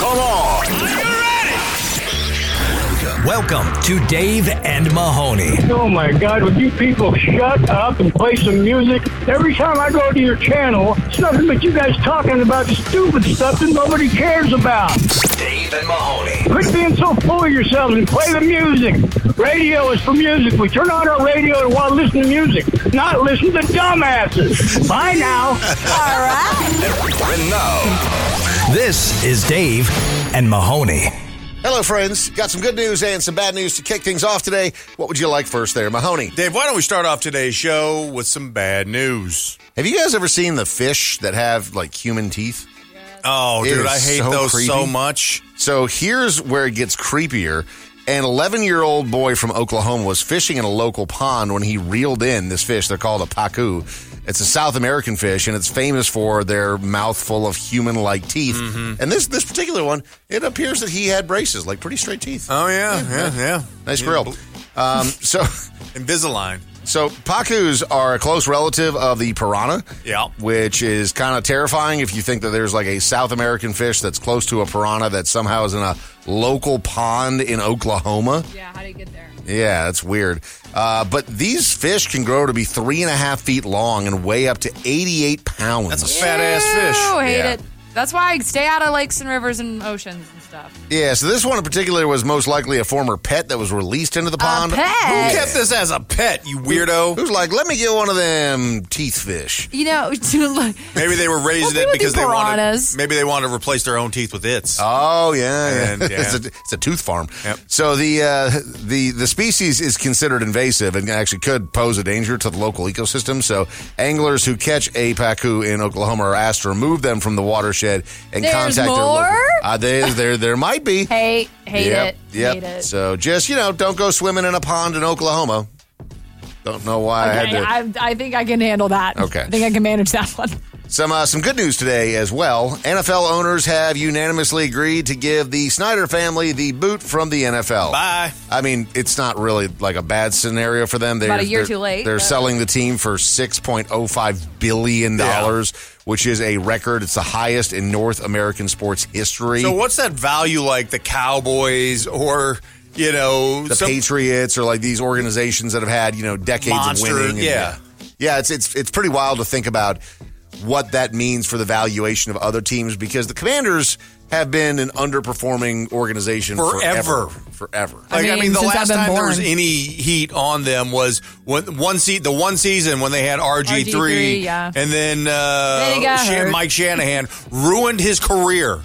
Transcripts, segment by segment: Come on. Welcome to Dave and Mahoney. Oh my God, would you people shut up and play some music? Every time I go to your channel, it's nothing but you guys talking about stupid stuff that nobody cares about. Dave and Mahoney. Quit being so full of yourselves and play the music. Radio is for music. We turn on our radio and want to listen to music, not listen to dumbasses. Bye now. All right. And now, This is Dave and Mahoney. Hello, friends. Got some good news and some bad news to kick things off today. What would you like first there, Mahoney? Dave, why don't we start off today's show with some bad news? Have you guys ever seen the fish that have like human teeth? Oh, It dude, is I hate so those so creepy. much. So here's where it gets creepier. An 11 year old boy from Oklahoma was fishing in a local pond when he reeled in this fish. They're called a pacu. It's a South American fish, and it's famous for their mouthful of human like teeth. Mm-hmm. And this this particular one, it appears that he had braces, like pretty straight teeth. Oh yeah, yeah, yeah. nice Yeah, grill. bl- Um, so. Invisalign. So pacus are a close relative of the piranha. Yeah. Which is kind of terrifying if you think that there's like a South American fish that's close to a piranha that somehow is in a local pond in Oklahoma. Yeah, how do you get there? Yeah, that's weird. Uh, but these fish can grow to be three and a half feet long and weigh up to 88 pounds. That's a fat ass fish. Oh, hate Yeah. it. That's why I stay out of lakes and rivers and oceans and stuff. yeah, so this one in particular was most likely a former pet that was released into the pond. pet? Who kept this as a pet, you weirdo? Who's like, let me get one of them teeth fish. You know, to look. Maybe they were raised What in do it with because the they wanted. piranhas? Maybe they wanted to replace their own teeth with its. Oh yeah, yeah. And, yeah. it's, a, it's a tooth farm. Yep. So the uh, the the species is considered invasive and actually could pose a danger to the local ecosystem. So anglers who catch a pacu in Oklahoma are asked to remove them from the watershed and There's contact more? their local. Uh, there, there, there might be. Hate, hate yep, it. yep. Hate it. So just you know, don't go swimming in a pond in Oklahoma. Don't know why I had to. I, I, I think I can handle that. Okay. I think I can manage that one. Some uh, some good news today as well. NFL owners have unanimously agreed to give the Snyder family the boot from the NFL. Bye. I mean, it's not really like a bad scenario for them. They're About a year they're- too late, They're but- selling the team for six point oh five billion dollars, which is a record. It's the highest in North American sports history. So what's that value like the Cowboys or you know the some- Patriots or like these organizations that have had you know decades Monster, of winning. and- yeah. yeah, it's it's it's pretty wild to think about what that means for the valuation of other teams because the Commanders have been an underperforming organization Forever. forever. forever. Like, I mean, mean, the since I've last been time there was born. any heat on them was when, one se- the one season when they had RG3, RG3, yeah. and then, Then he got uh, Shan- hurt. Mike Shanahan ruined his career.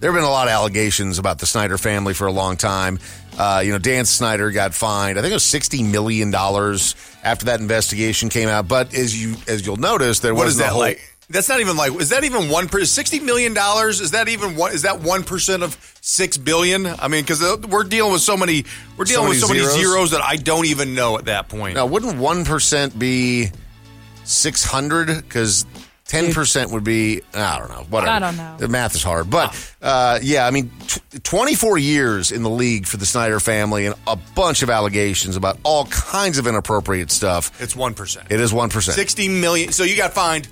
There have been a lot of allegations about the Snyder family for a long time. Uh, you know, Dan Snyder got fined. I think it was sixty million dollars after that investigation came out. But as you as you'll notice, there What is wasn't a that whole, like? That's not even like. Is that even one per sixty million dollars? Is that even one? Is that one percent of six billion? I mean, because we're dealing with so many. We're So dealing with many so many zeros? zeros? that I don't even know at that point. Now, wouldn't one percent be six hundred? Because ten percent would be I don't know. Whatever. I don't know. The math is hard, but uh, yeah, I mean, t- twenty four years in the league for the Snyder family, and a bunch of allegations about all kinds of inappropriate stuff. It's one percent. It is one percent. 60 million. So you got fined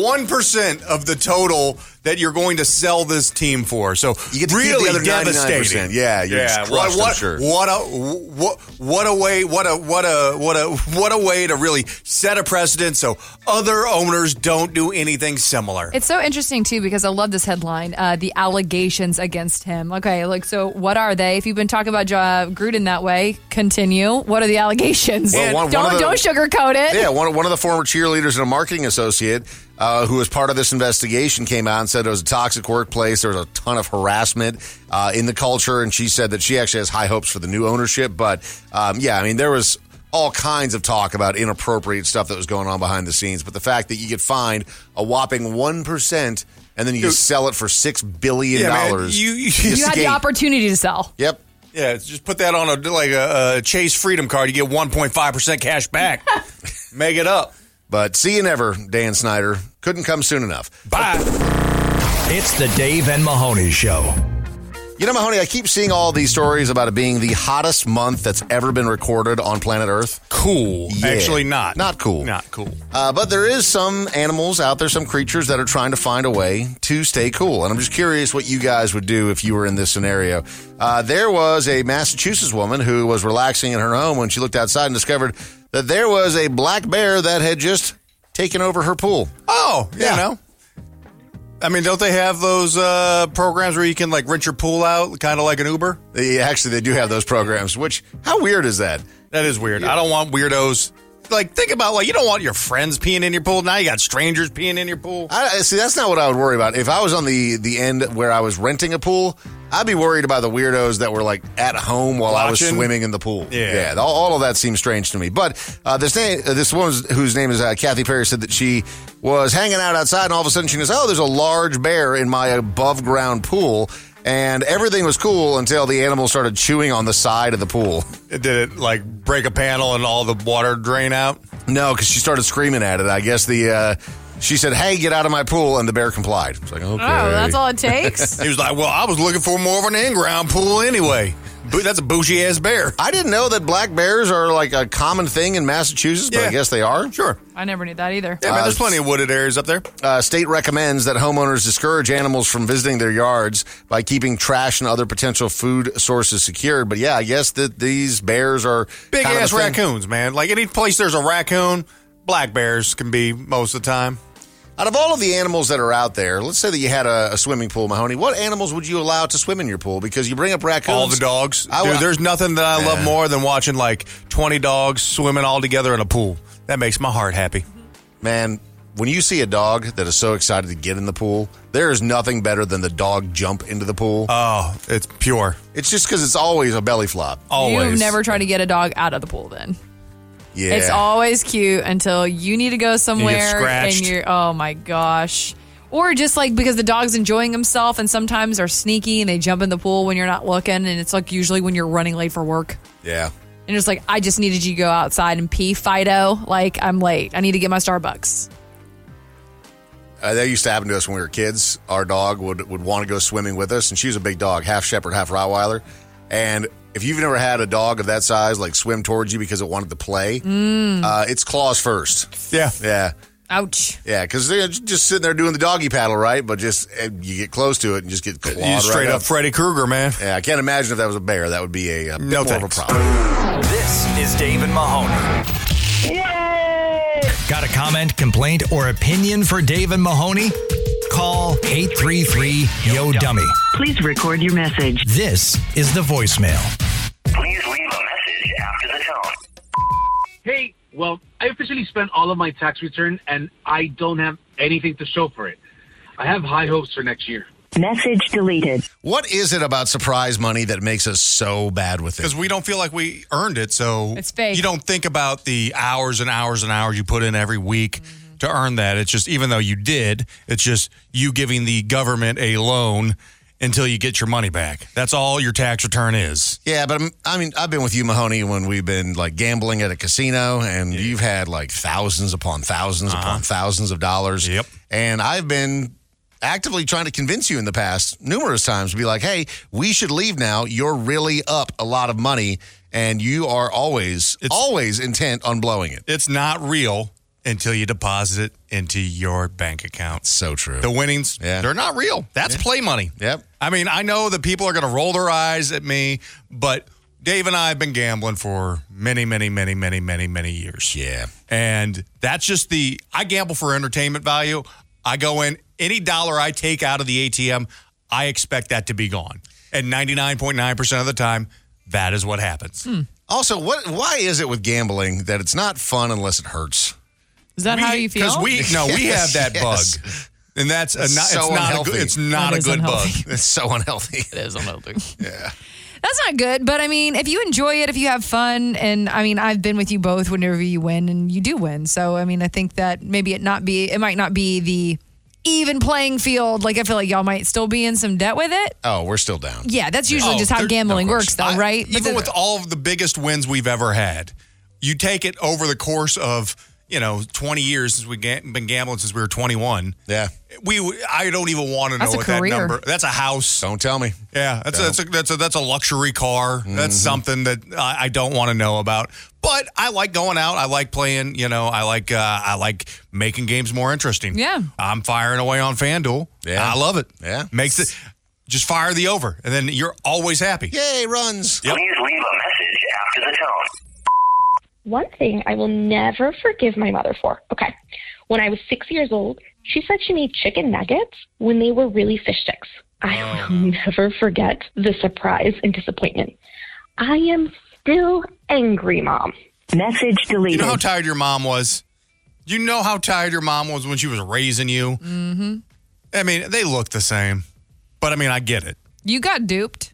1% of the total that you're going to sell this team for. So You get to keep really the other devastating. 99%. Yeah, you're yeah. just crushed, What, I'm what, sure. what a what what a way what a what a what a what a way to really set a precedent so other owners don't do anything similar. It's so interesting too because I love this headline: uh, the allegations against him. Okay, like so, what are they? If you've been talking about uh, Gruden that way, continue. What are the allegations? Well, one- one don't of the- don't sugarcoat it. Yeah, one, one of the former cheerleaders and a marketing associate uh, who was part of this investigation came out and said it was a toxic workplace. There was a ton of harassment uh, in the culture, and she said that she actually has high hopes for the new ownership. But um, yeah, I mean, there was all kinds of talk about inappropriate stuff that was going on behind the scenes. But the fact that you could find a whopping one percent and then you Dude. sell it for six billion Yeah, man, dollars, you- you- you had the opportunity to sell. Yep. yeah, just put that on a like a, a Chase Freedom card. You get 1.5% cash back. Make it up. But see you never, Dan Snyder. Couldn't come soon enough. Bye. It's the Dave and Mahoney Show. You know, Mahoney, I keep seeing all these stories about it being the hottest month that's ever been recorded on planet Earth. Cool. Yeah. Actually, not. Not cool. Not cool. Uh, but there is some animals out there, some creatures that are trying to find a way to stay cool. And I'm just curious what you guys would do if you were in this scenario. Uh, there was a Massachusetts woman who was relaxing in her home when she looked outside and discovered that there was a black bear that had just taken over her pool. Oh, Yeah. you know. I mean, don't they have those uh, programs where you can like rent your pool out, kind of like an Uber? They, actually, they do have those programs, which, how weird is that? That is weird. I don't want weirdos. Like, think about like you don't want your friends peeing in your pool. Now you got strangers peeing in your pool. I, I- see, that's not what I would worry about. If I was on the the end where I was renting a pool, I'd be worried about the weirdos that were like at home while I was Watching? swimming in the pool. Yeah. all, all of that seems strange to me. But uh, this name, uh, this woman whose name is uh, Kathy Perry said that she was hanging out outside, and all of a sudden she goes, "Oh, there's a large bear in my above ground pool." And everything was cool until the animal started chewing on the side of the pool. Did it like break a panel and all the water drain out? No, because she started screaming at it. I guess the uh, she said, "Hey, get out of my pool!" and the bear complied. It's like, okay, Oh, that's all it takes? He was like, "Well, I was looking for more of an in-ground pool anyway. Boo- That's a bougie ass bear." I didn't know that black bears are like a common thing in Massachusetts, but I Yeah. guess they are. Sure. I never knew that either. Yeah, man. There's plenty of wooded areas up there. Uh, state recommends that homeowners discourage animals from visiting their yards by keeping trash and other potential food sources secured. But yeah, I guess that these bears are Big kind of a ass thing. raccoons, man. Like any place there's a raccoon, black bears can be most of the time. Out of all of the animals that are out there, let's say that you had a, a swimming pool, Mahoney. What animals would you allow to swim in your pool? Because you bring up raccoons. All the dogs. I Dude, wa- there's nothing that I love more than watching like 20 dogs swimming all together in a pool. That makes my heart happy. Man, when you see a dog that is so excited to get in the pool, there is nothing better than the dog jump into the pool. Oh, it's pure. it's just because it's always a belly flop. Always. You never try to get a dog out of the pool then. Yeah. It's always cute until you need to go somewhere scratched. and you're oh my gosh. Or just like because the dog's enjoying himself and sometimes are sneaky and they jump in the pool when you're not looking and it's like usually when you're running late for work. Yeah. And it's like, I just needed you to go outside and pee, Fido. Like, I'm late. I need to get my Starbucks. Uh, that used to happen to us when we were kids. Our dog would, would want to go swimming with us, and she was a big dog, half shepherd, half Rottweiler. And if you've never had a dog of that size like swim towards you because it wanted to play, uh, it's claws first. Yeah. Yeah, Ouch. yeah, because they're j- just sitting there doing the doggy paddle, right? But just uh, you get close to it and just get clawed You straight right up Freddy Krueger, man. Yeah, I can't imagine if that was a bear. That would be a, a bit No more thanks. of a problem. This is Dave and Mahoney. Yay! Got a comment, complaint, or opinion for Dave and Mahoney? Call 833 Yo Dummy. Please record your message. This is the voicemail. Please leave a message after the tone. hey, well, I officially spent all of my tax return and I don't have anything to show for it. I have high hopes for next year. Message deleted. What is it about surprise money that makes us so bad with it? Because we don't feel like we earned it. So It's fake. You don't think about the hours and hours and hours you put in every week to earn that. It's just, even though you did, it's just you giving the government a loan until you get your money back. That's all your tax return is. Yeah, but I'm, I mean, I've been with you, Mahoney, when we've been like gambling at a casino, and you've had like thousands upon 1000s upon thousands of dollars. Uh-huh. Yep. And I've been actively trying to convince you in the past numerous times to be like, hey, we should leave now. You're really up a lot of money, and you are always, always intent on blowing it. It's not real until you deposit it into your bank account. So true. The winnings, Yeah. they're not real. That's play money. Yep. I mean, I know that people are going to roll their eyes at me, but Dave and I have been gambling for many, many, many, many, many, many years. yeah. And that's just the I gamble for entertainment value. I go in any dollar I take out of the ATM, I expect that to be gone. And 99.9% of the time, that is what happens. Also, what? Why is it with gambling that it's not fun unless it hurts? Is that how you feel? Because we no, we Yes, have that yes. bug. And that's, That's a not, so it's not a unhealthy. good, it's not That a is good unhealthy. It's so unhealthy. That's not good. But I mean, if you enjoy it, if you have fun, and I mean, I've been with you both whenever you win, and you do win. So I mean, I think that maybe it not be, it might not be the even playing field. Like I feel like y'all might still be in some debt with it. Oh, we're still down. Yeah, that's usually Oh, just how there- gambling of course. works, though, I- right? But even the- with all of the biggest wins we've ever had, you take it over the course of you know, 20 years since we've ga- been gambling since we were 21. Yeah. We, w- I don't even want to know That's a what career. that number. That's a house. Don't Mm-hmm. tell me. Yeah, that's a, that's a that's a that's a luxury car. That's something that I, I don't want to know about. But I like going out. I like playing. You know, I like uh, I like making games more interesting. Yeah. I'm firing away on FanDuel. Yeah. I love it. Yeah. makes it just fire the over, and then you're always happy. Yay, runs. Yep. Please leave a message after the tone. One thing I will never forgive my mother for. Okay. When I was six years old, she said she made chicken nuggets when they were really fish sticks. I will never forget the surprise and disappointment. I am still angry, Mom. Message You deleted. know how tired your mom was. You know how tired your mom was when she was raising you. Mm. Mm-hmm. I mean, they look the same, but I mean, I get it. You got duped,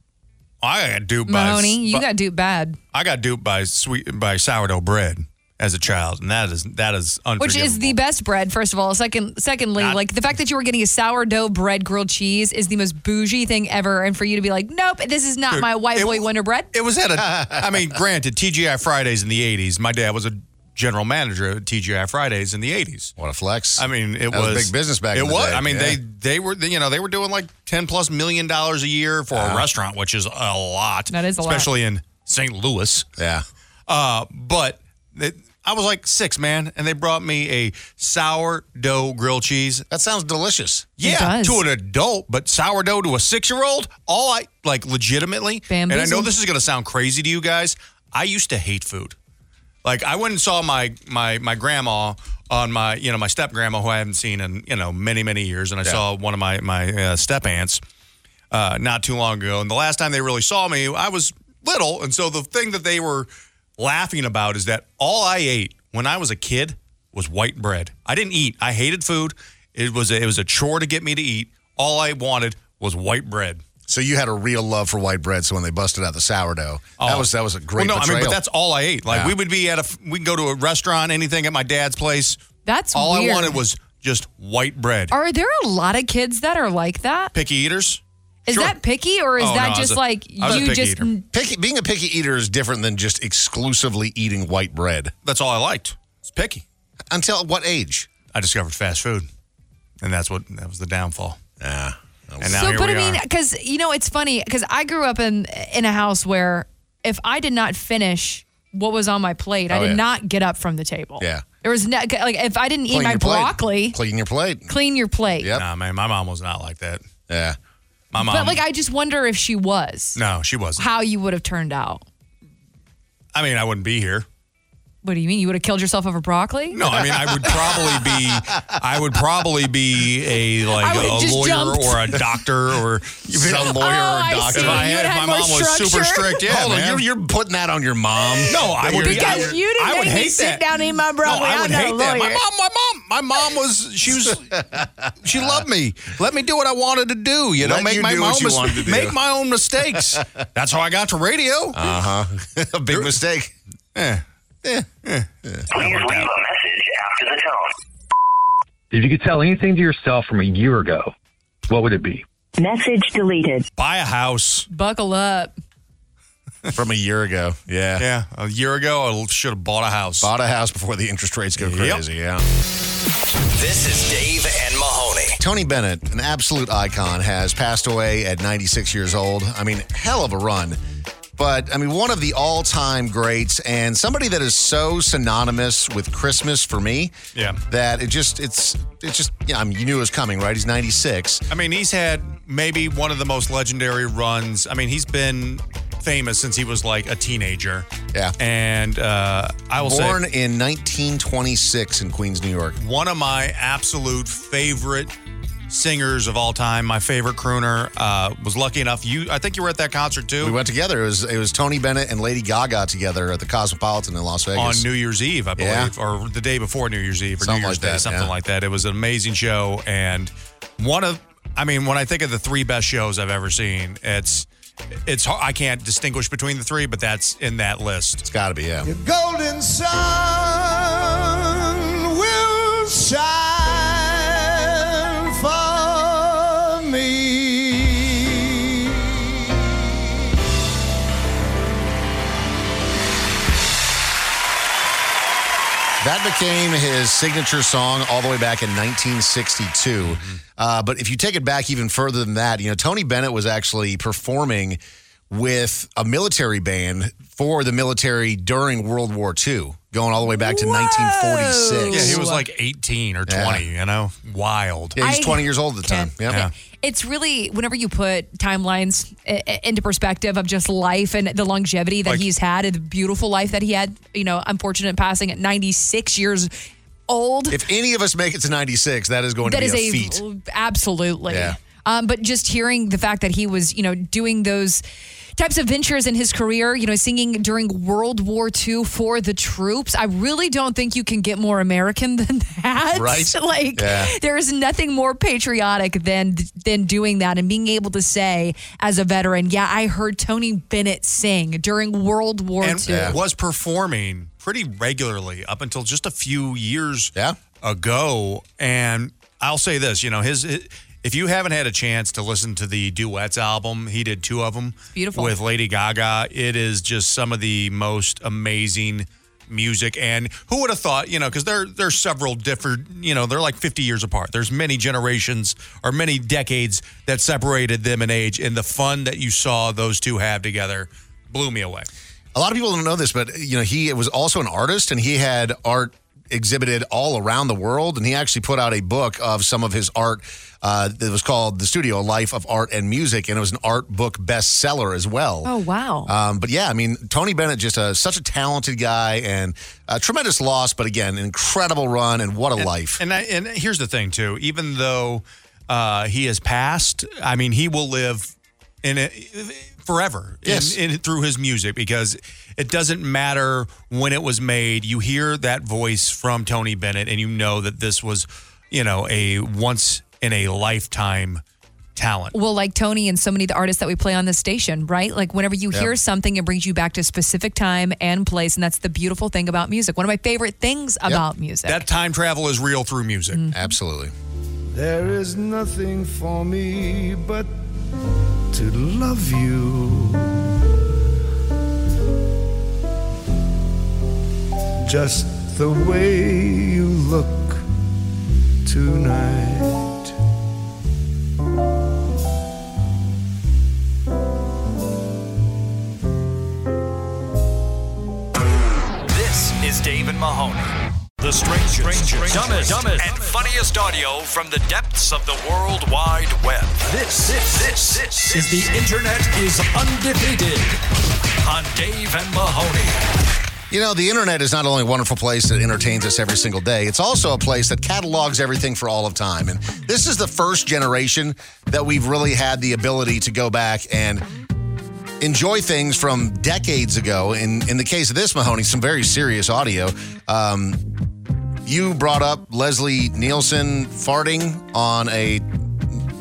I got duped by Mahoney. You by- got duped bad, I got duped by sweet by sourdough bread as a child, and that is that is which is the unforgivable. best bread. First of all, second, secondly, Not- like the fact that you were getting a sourdough bread grilled cheese is the most bougie thing ever, and for you to be like, nope, this is not my white it- boy winter bread. It was at a. I mean, granted, TGI Fridays in the '80s. My dad was a general manager at TGI Fridays in the '80s. What a flex. I mean, it That was a big business back It in the was. day, I mean, yeah. they they were you know they were doing like ten plus million dollars a year for Uh-huh. a restaurant, which is a lot. That is a lot. especially in St. Louis. Yeah. Uh, but it, I was like six, man, and they brought me a sourdough grilled cheese. That sounds delicious. Yeah, does. to an adult, but sourdough to a six-year-old. All I like, legitimately, and I know Bamboozled. this is going to sound crazy to you guys. I used to hate food. Like I went and saw my my my grandma on my you know my step grandma who I haven't seen in you know many many years, and I saw one of my my uh, step aunts uh, not too long ago. And the last time they really saw me, I was little, and so the thing that they were laughing about is that all I ate when I was a kid was white bread. I didn't eat. I hated food. It was a, it was a chore to get me to eat. All I wanted was white bread. So you had a real love for white bread. So when they busted out the sourdough, that Oh. was that was a great. Well, no, I mean, betrayal. but that's all I ate. Like Yeah. we would be at a, we go to a restaurant, anything at my dad's place. That's all weird. I wanted was just white bread. Are there a lot of kids that are like that? Picky eaters. Is Sure. that picky or is Oh, no, I that was just a- like I was a you picky just eater. picky, being a picky eater is different than just exclusively eating white bread. That's all I liked. It's picky. Until what age? I discovered fast food, and that's what that was the downfall. Ah, And now so, here but we I mean, are. because you know, it's funny because I grew up in in a house where if I did not finish what was on my plate, I Oh, did yeah. not get up from the table. Yeah. there was no, like if I didn't eat Clean my your plate. broccoli, Clean your plate. clean your plate. Yep. Nah, man, my mom was not like that. Yeah. My mom, But like, I just wonder if she was no, she wasn't. how you would have turned out. I mean, I wouldn't be here. What do you mean? You would have killed yourself over broccoli? No, I mean, I would probably be, I would probably be a I like would have a just lawyer jumped. or a doctor or some lawyer Oh, I or doctor. see. If I had, You would if have my more mom was super structure. strict, yeah, Hold man. on, you're, you're putting that on your mom. no, I would be. I Because would- you didn't I would make me hate sit that. down and eat my broccoli. No, I I'm would not hate a that. My lawyer. mom, my mom, my mom was she was she loved me. Let me do what I wanted to do. You know, Let make you my, do my what own you mis- wanted to do. make my own mistakes. That's how I got to radio. Eh. a big mistake. Please leave a message after the tone. If you could tell anything to yourself from a year ago, what would it be? Message deleted. Buy a house. Buckle up. From a year ago. Yeah. Yeah, a year ago I should have bought a house. Bought a house before the interest rates go Yep. crazy. Yeah. This is Dave and Mahoney. Tony Bennett, an absolute icon, has passed away at 96 years old. I mean, hell of a run. But I mean, one of the all time greats and somebody that is so synonymous with Christmas for me. Yeah. That it just, it's, it's just, yeah, I mean, you knew it was coming, right? He's 96. I mean, he's had maybe one of the most legendary runs. I mean, he's been famous since he was like a teenager. Yeah. and uh, I will say Born in 1926 in Queens, New York. one of my absolute favorite singers of all time, my favorite crooner, uh, was lucky enough. You, I think you were at that concert too We went together. It was it was Tony Bennett and Lady Gaga together at the Cosmopolitan in Las on Vegas. New Year's Eve, I believe, Yeah. or the day before New Year's Eve, or Something New Year's like Day, that, something yeah. like that. It was an amazing show, and one of, I mean, when I think of the three best shows I've ever seen, it's, it's hard. I can't distinguish between the three, but that's in that list. it's got to be yeah. golden sun will shine for me. That became his signature song all the way back in 1962. Mm-hmm. Uh, but if you take it back even further than that, you know, Tony Bennett was actually performing with a military band for the military during World War II, going all the way back to 1946. Yeah, he was like 18 or 20, you know? Wild. Yeah, he's I 20 years old at the time. Yep. Yeah. It's really whenever you put timelines i- i- into perspective of just life and the longevity that Like- he's had and the beautiful life that he had. You know, unfortunate passing at 96 years old. If any of us make it to 96, that is going That to is be a, a feat. absolutely. Yeah. Um, but just hearing the fact that he was, you know, doing those types of ventures in his career, you know, singing during World War II for the troops. I really don't think you can get more American than that. Right. Like Yeah. there is nothing more patriotic than than doing that and being able to say as a veteran, yeah, I heard Tony Bennett sing during World War and II. was performing pretty regularly up until just a few years Yeah. ago. And I'll say this, you know, his, his- if you haven't had a chance to listen to the duets album, he did two of them. beautiful. with Lady Gaga. It is just some of the most amazing music and who would have thought you know because there there's several different you know they're like 50 years apart there's many generations or many decades that separated them in age and the fun that you saw those two have together blew me away A lot of people don't know this, but you know, he was also an artist and he had art exhibited all around the world. And he actually put out a book of some of his art uh, that was called The Studio A Life of Art and Music. And it was an art book bestseller as well. oh wow. Um, but yeah, I mean, Tony Bennett just a, such a talented guy and a tremendous loss, but again, an incredible run and what a life. And I, and here's the thing too. Even though uh, he has passed, I mean, he will live in it forever. in- Yes. in, through his music because it doesn't matter when it was made. You hear that voice from Tony Bennett, and you know that this was, you know, a once in a lifetime talent. well, like Tony and so many of the artists that we play on this station, right? Like whenever you hear something, it brings you back to a specific time and place, and that's the beautiful thing about music. One of my favorite things about music. Mm-hmm. That time travel is real through music. Absolutely. There is nothing for me but to love you. Just the way you look tonight. This is Dave and Mahoney. The strangest, dumbest, and funniest audio from the depths of the World Wide Web. This, this, this, this is the Internet is Undefeated on Dave and Mahoney. You know, the internet is not only a wonderful place that entertains us every single day, it's also a place that catalogs everything for all of time. And this is the first generation that we've really had the ability to go back and enjoy things from decades ago. In in the case of this, Mahoney, some very serious audio. Um, you brought up Leslie Nielsen farting on a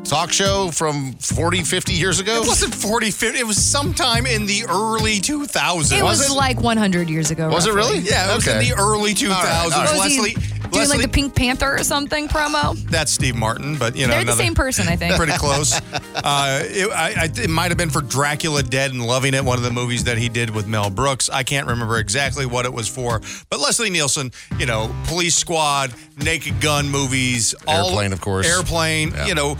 talk show from 40, 50 years ago. It wasn't 40, 50. It was sometime in the early 2000s. it was, was it? like 100 years ago. Was it roughly. really? Yeah, it was Okay. in the early 2000s. all right. What was he Leslie, doing Leslie, like the Pink Panther or something promo? that's Steve Martin, but you know They're the another- same person, I think. pretty close. Uh, it I, I, it might have been for Dracula Dead and Loving It, one of the movies that he did with Mel Brooks. I can't remember exactly what it was for, but Leslie Nielsen, you know, Police Squad, Naked Gun movies, all- Airplane, of course. Airplane, you know,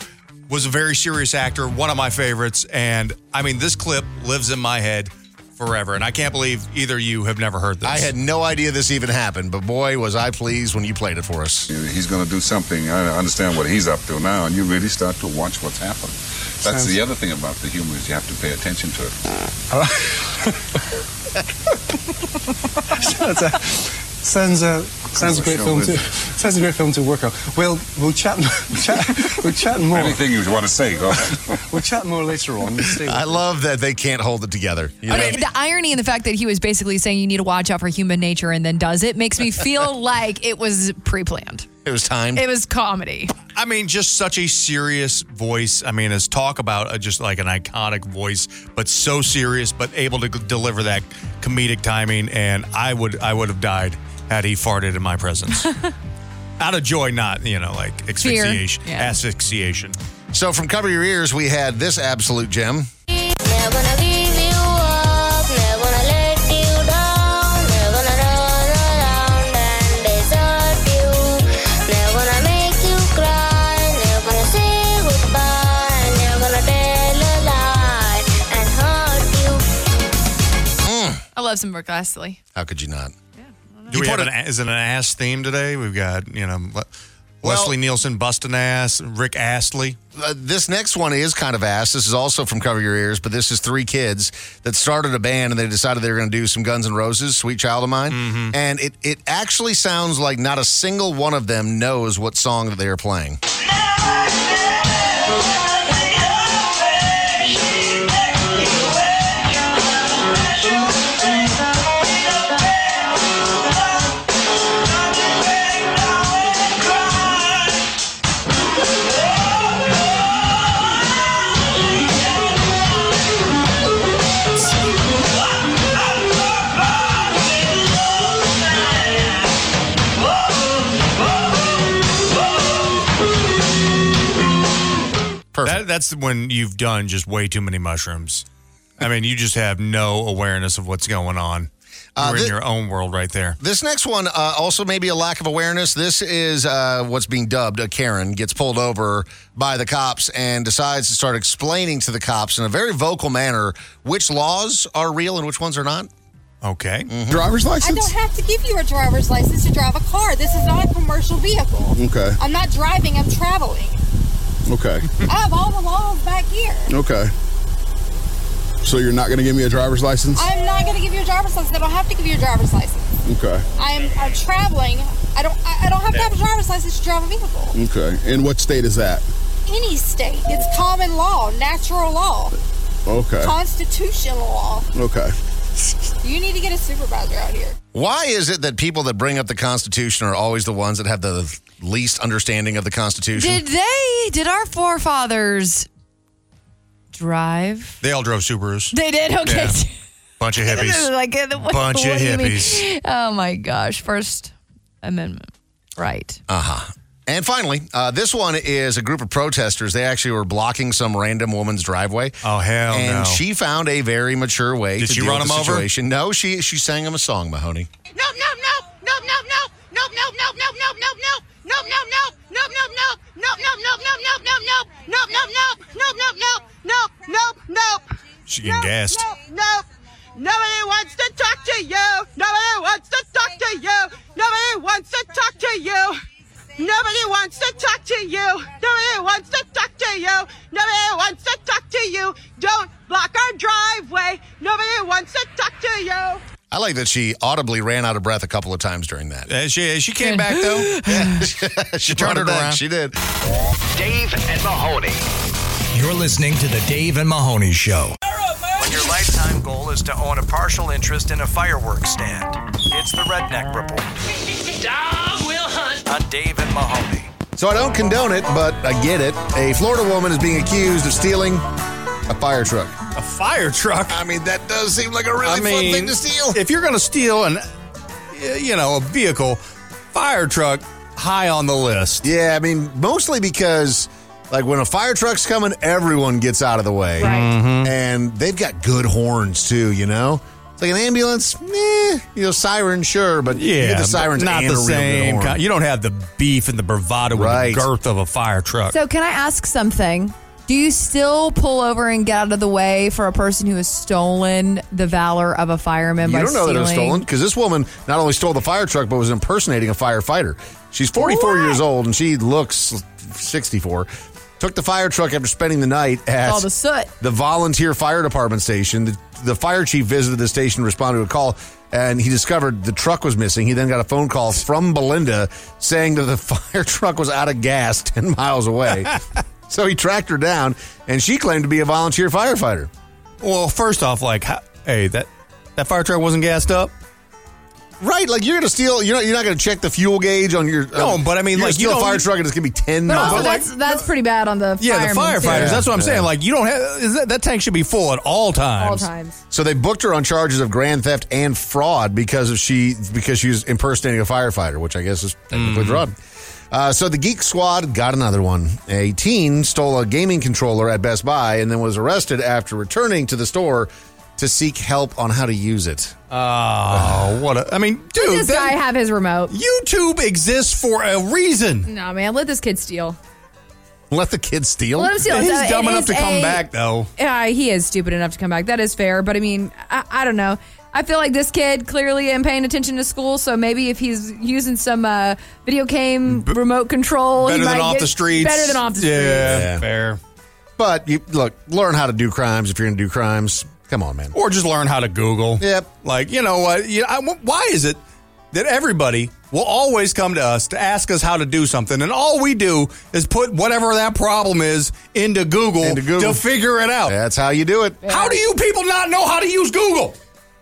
was a very serious actor, one of my favorites, and I mean, this clip lives in my head forever, and I can't believe either of you have never heard this. I had no idea this even happened, but boy, was I pleased when you played it for us. He's going to do something. I understand what he's up to now, and you really start to watch what's happening. That's the other thing about the humor is you have to pay attention to it. Sounds a sounds a great film to sounds a great film to work on. Well, we'll chat we'll chat, we'll chat more. Anything you want to say, go ahead. We'll chat more later on. Stay with I love that they can't hold it together. you Okay, know? the irony in the fact that he was basically saying you need to watch out for human nature and then does it makes me feel like it was pre planned. It was timed. It was comedy. I mean, just such a serious voice. I mean, as talk about uh, just like an iconic voice, but so serious, but able to g- deliver that comedic timing. And I would, I would have died had he farted in my presence. Out of joy, not you know, like asphyxiation. Yeah. Asphyxiation. so from cover your ears, we had this absolute gem. Never gonna let you down. Never gonna run around and love some Rick Astley. How could you not? Do we have an, is it an ass theme today? We've got, you know, Le- Leslie Nielsen busting ass, Rick Astley. Uh, this next one is kind of ass. This is also from Cover Your Ears, but this is three kids that started a band and they decided they were going to do some Guns N' Roses, Sweet Child of Mine. And it, it actually sounds like not a single one of them knows what song that they are playing. Perfect. That, that's when you've done just way too many mushrooms. I mean, you just have no awareness of what's going on. Uh, You're thi- in your own world right there. This next one, uh, also maybe a lack of awareness. This is uh, what's being dubbed a Karen gets pulled over by the cops and decides to start explaining to the cops in a very vocal manner which laws are real and which ones are not. Mm-hmm. Okay. Driver's I don't have to give you a driver's license to drive a car. This is not a commercial vehicle. Okay. I'm not driving, I'm traveling. Okay. I have all the laws back here. Okay. So you're not going to give me a driver's license? I'm not going to give you a driver's license. I don't have to give you a driver's license. Okay. I'm, I'm traveling. I don't I, I don't have to have a driver's license to drive a vehicle. Okay. And what state is that? Any state. It's common law, natural law, Okay. constitutional law. Okay. You need to get a supervisor out here. Why is it that people that bring up the Constitution are always the ones that have the least understanding of the Constitution? Did they? Did our forefathers drive? They all drove Subarus. They did. Okay. Yeah. Bunch of hippies. like uh, what, Bunch of what do you mean? hippies. Oh my gosh! First Amendment right. Uh huh. And finally, uh, this one is a group of protesters. They actually were blocking some random woman's driveway. Oh hell and no. she found a very mature way Did to she deal run with the him over? situation. No, she she sang him a song, Mahoney. Nope, nope, nope, nope, nope, nope, nope, nope, nope, nope, nope, nope, nope. Nope, nope, nope, nope, nope, nope, nope, nope, nope, nope, nope, nope, nope, nope, nope, nope, nope, nope, nope, nope, nope, nope. She getting gassed. Nope, nope. Nobody wants to talk to you. Nobody wants to talk to you. Nobody wants to talk to you. Nobody wants to talk to you. Nobody wants to talk to you. Nobody wants to talk to you. Don't block our driveway. Nobody wants to talk to you. I like that she audibly ran out of breath a couple of times during that. Uh, she she came back though. she, turned turned it it back. around. She did. Dave and Mahoney. You're listening to the Dave and Mahoney Show. When your lifetime goal is to own a partial interest in a fireworks stand, it's the Redneck Report. Dog will hunt. On Dave and Mahoney. So I don't condone it, but I get it. A Florida woman is being accused of stealing a fire truck. A fire truck. I mean, that does seem like a really I fun mean, thing to steal. If you're going to steal an, y- you know, a vehicle, fire truck high on the list. Yeah, I mean, mostly because like when a fire truck's coming, everyone gets out of the way, Mm-hmm. and they've got good horns too. You know, it's like an ambulance, eh, you know, siren, sure, but you get Yeah, the but sirens not and the a real good same. horn. Kind, you don't have the beef and the bravado Right. and the girth of a fire truck. So can I ask something? Do you still pull over and get out of the way for a person who has stolen the valor of a fireman You by don't know that it was stealing? stolen because this woman not only stole the fire truck but was impersonating a firefighter. She's 44 years old and she looks 64. Took the fire truck after spending the night at All the soot. the volunteer fire department station. The, the fire chief visited the station, responded to a call, and he discovered the truck was missing. He then got a phone call from Belinda saying that the fire truck was out of gas 10 miles away. so he tracked her down, and she claimed to be a volunteer firefighter. Well, first off, like, how, hey, that that fire truck wasn't gassed up. Right, like you're gonna steal. You're not. You're not gonna check the fuel gauge on your. um, No, but I mean, like, you're gonna you steal a don't- fire truck and it's gonna be ten. But miles. also, that's that's pretty bad on the Yeah, the firemen, firefighters. too. That's what I'm saying. Like, you don't have is that, that tank should be full at all times. All times. So they booked her on charges of grand theft and fraud because of she because she was impersonating a firefighter, which I guess is technically Hmm. fraud. Uh, so the Geek Squad got another one. A teen stole a gaming controller at Best Buy and then was arrested after returning to the store to seek help on how to use it. Oh, what a! I mean, dude, Let this that- guy have his remote. YouTube exists for a reason. No, man, let this kid steal. Let the kid steal. Let him steal. He's Uh, dumb it enough to is come a- back though. Yeah, he is stupid enough to come back. That is fair, but I mean, I, I don't know. I feel like this kid clearly ain't paying attention to school, so maybe if he's using some uh, video game remote control, he better than might off get- the streets. Better than off the streets. Yeah, fair. But you look, learn how to do crimes if you're going to do crimes. Come on, man. Or just learn how to Google. Yep. Like, you know what? You, I, why is it that everybody will always come to us to ask us how to do something, and all we do is put whatever that problem is into Google, to figure it out? That's how you do it. How do you people not know how to use Google?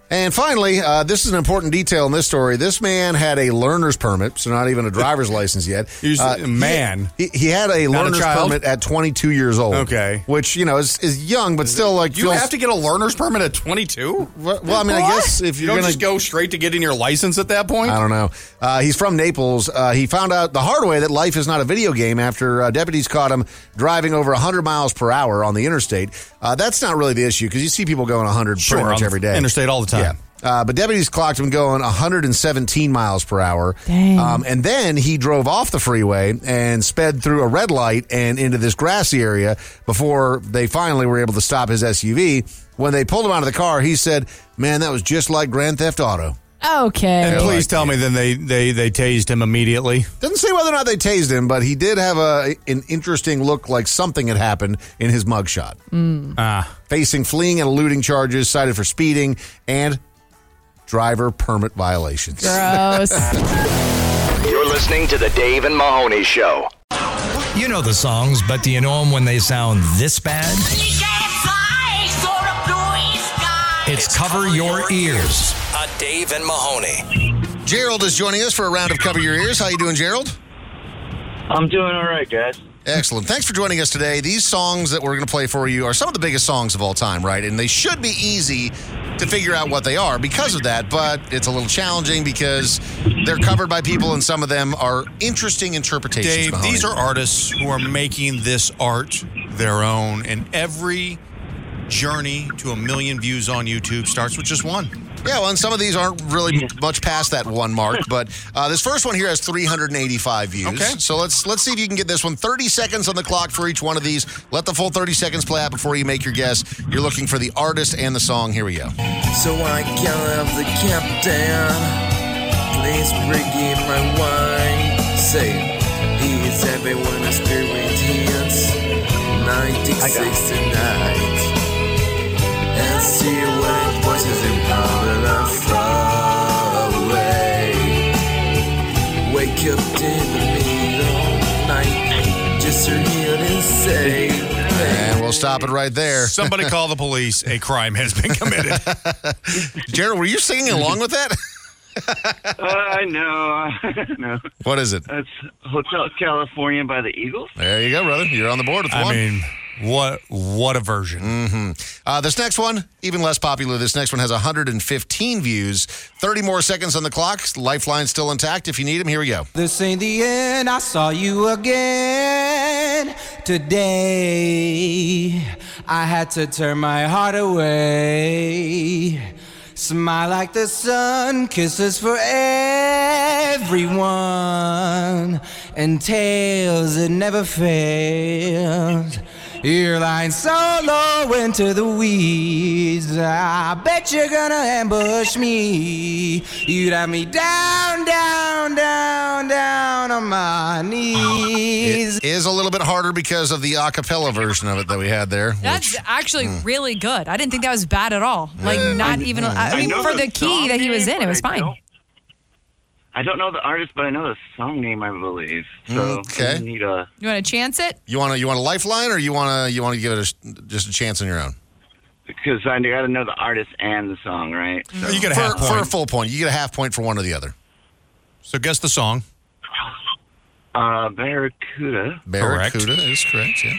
And finally, uh, this is an important detail in this story. This man had a learner's permit, so not even a driver's license yet. Uh, He's a he- man. He, he had a Not a learner's child? permit at 22 years old. Okay. Which, you know, is, is young, but still like You feels- have to get a learner's permit at 22? Well, I mean, I guess if you you're don't gonna- just go straight to getting your license at that point. I don't know. Uh, he's from Naples. Uh, he found out the hard way that life is not a video game after uh, deputies caught him driving over 100 miles per hour on the interstate. Uh, that's not really the issue because you see people going 100 Sure, pretty much on the every day. interstate all the time. Yeah. Uh, but deputies clocked him going 117 miles per hour. Um, and then he drove off the freeway and sped through a red light and into this grassy area before they finally were able to stop his SUV. When they pulled him out of the car, he said, Man, that was just like Grand Theft Auto. Okay. And please tell me then they, they, they tased him immediately. Doesn't say whether or not they tased him, but he did have a an interesting look like something had happened in his mugshot. Mm. Ah. Facing fleeing and eluding charges, cited for speeding and driver permit violations. You're listening to The Dave and Mahoney Show. You know the songs, but do you know them when they sound this bad? It's, cover, your, ears. Uh, Dave and Mahoney. Gerald is joining us for a round of Cover Your Ears. How you doing, Gerald? I'm doing all right, guys. Excellent. Thanks for joining us today. These songs that we're going to play for you are some of the biggest songs of all time, right? And they should be easy to figure out what they are because of that, but it's a little challenging because they're covered by people and some of them are interesting interpretations. Dave, Mahoney. these are artists who are making this art their own, and every journey to a million views on YouTube starts with just one. Yeah, well, and some of these aren't really much past that one mark, but uh, this first one here has 385 views. Okay. So let's let's see if you can get this one. 30 seconds on the clock for each one of these. Let the full 30 seconds play out before you make your guess. You're looking for the artist and the song. Here we go. So I can have the captain. Please bring in my wine. Say, he is everyone experience. 1969. And see what it was is in power and far away. Wake up in the middle of night. Just to hear this say. And we'll stop it right there. Somebody call the police. A crime has been committed. Jared, were you singing along with that? Uh, I know. no. What is it? That's Hotel California by the Eagles. There you go, brother. You're on the board with I one. mean, what what a version. hmm Uh, this next one, even less popular. This next one has 115 views. 30 more seconds on the clock. Lifeline still intact. If you need them, here we go. This ain't the end. I saw you again today. I had to turn my heart away. Smile like the sun, kisses for everyone, and tales that never failed. You're lying so low into the weeds. I bet you're gonna ambush me. You'd have me down, down, down, down on my knees. It is a little bit harder because of the a cappella version of it that we had there. That's actually really good. I didn't think that was bad at all. Like, not even, I I mean, know for the the key that he was in, it was fine. I don't know the artist, but I know the song name, I believe. Hmm. So Mm, Okay. I need a. You want to chance it? You want to you want a lifeline, or you want to you want to give it a, sh- just a chance on your own? Because I got to know the artist and the song, right? So. for, for a full point. You get a half point for one or the other. So guess the song. Uh, Barracuda. Barracuda is correct. Yeah.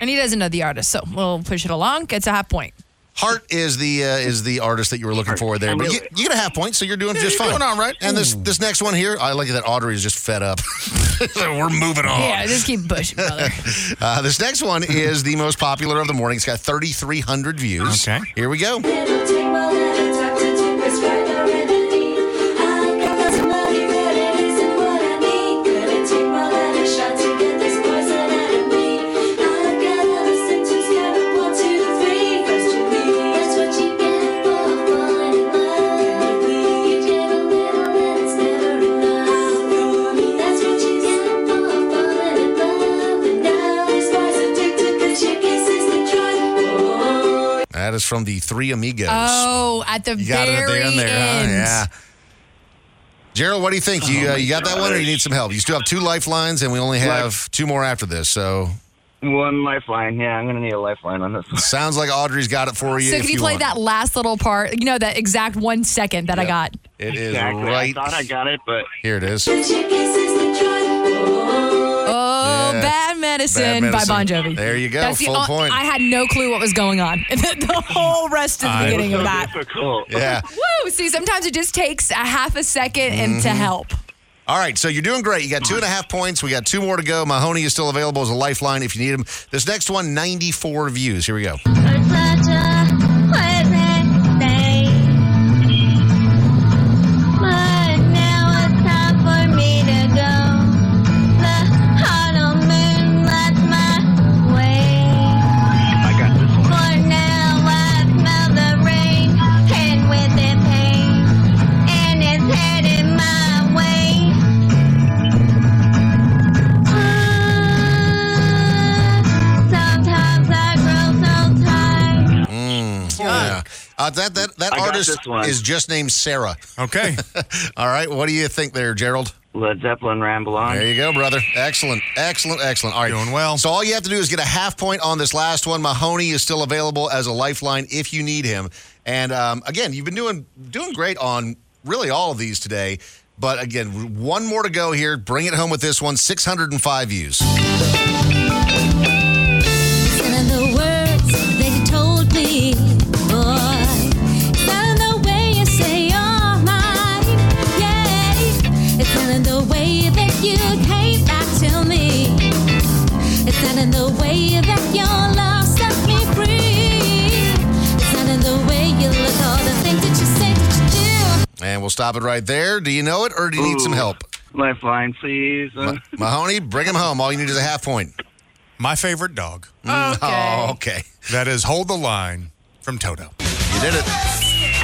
And he doesn't know the artist, so we'll push it along. It's a half point. Hart is the uh, is the artist that you were looking for there, I but knew you, it. you get a half point, so you're doing Yeah, just you're fine. doing all right. And this this next one here, I like that Audrey is just fed up. so we're moving on. Yeah, just keep pushing, brother. Uh, this next one is the most popular of the morning. It's got 3,300 views. Okay. Here we go. That's what you get for one That is from the Three Amigos. Oh, at the you got it at the very end there, huh? end. Yeah. Gerald, what do you think? You Oh, uh, you got that one, or you need some help? You still have two lifelines, and we only have two more after this. So One lifeline. Yeah, I'm gonna need a lifeline on this one. sounds like Audrey's got it for you. So if can you play want. that last little part? You know, that exact one second that I got. It is Exactly. right. I thought I got it, but Here it is. Oh, Yeah. Bad, medicine Bad by Bon Medicine. Jovi. There you go. That's the Full on- point. I had no clue what was going on. the whole rest of the I- beginning of that. difficult. Yeah. Woo! See, sometimes it just takes a half a 2nd and to Mm-hmm. help. All right, so you're doing great. You got two and a half points. We got two more to go. Mahoney is still available as a lifeline if you need him. This next one, 94 views. Here we go. Sometimes I grow so tired. Mm, yeah. Uh, that that, that I got artist this one. is just named Sarah. Okay. All right, what do you think there, Gerald? Led Zeppelin ramble on. There you go, brother. Excellent, excellent, excellent. All right. Doing well. So all you have to do is get a half point on this last one. Mahoney is still available as a lifeline if you need him. And um, again, you've been doing doing great on really all of these today. But again, one more to go here. Bring it home with this one. Six hundred and five views. Some of the words that you told me, boy. Some of the way you say you're mine, yeah. It's not in the way that you came back to me. It's not in the way that your love set me free. It's not in the way you look, all the things that you say that you do. And we'll stop it right there. Do you know it, or do you need some Ooh. help? Lifeline, please. Uh, Mahoney, bring him home. All you need is a half point. My favorite dog. Okay. Oh, okay. That is Hold the Line from Toto. You did it.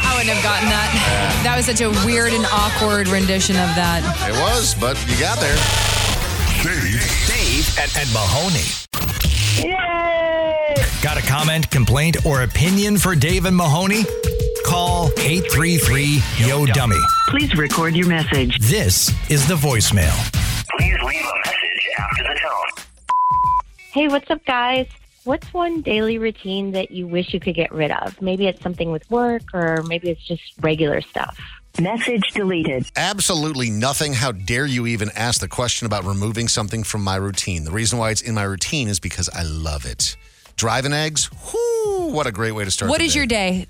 I wouldn't have gotten that. That was such a weird and awkward rendition of that. It was, but you got there. Dave, Dave and, and Mahoney. Got a comment, complaint, or opinion for Dave and Mahoney? Call 833 Yo Dummy. Please record your message. This is the voicemail. Please leave a message after the tone. Hey, what's up, guys? What's one daily routine that you wish you could get rid of? Maybe it's something with work, or maybe it's just regular stuff. Message deleted. Absolutely nothing. How dare you even ask the question about removing something from my routine? The reason why it's in my routine is because I love it. Driving eggs, whoo, what a great way to start. What the is day. your day?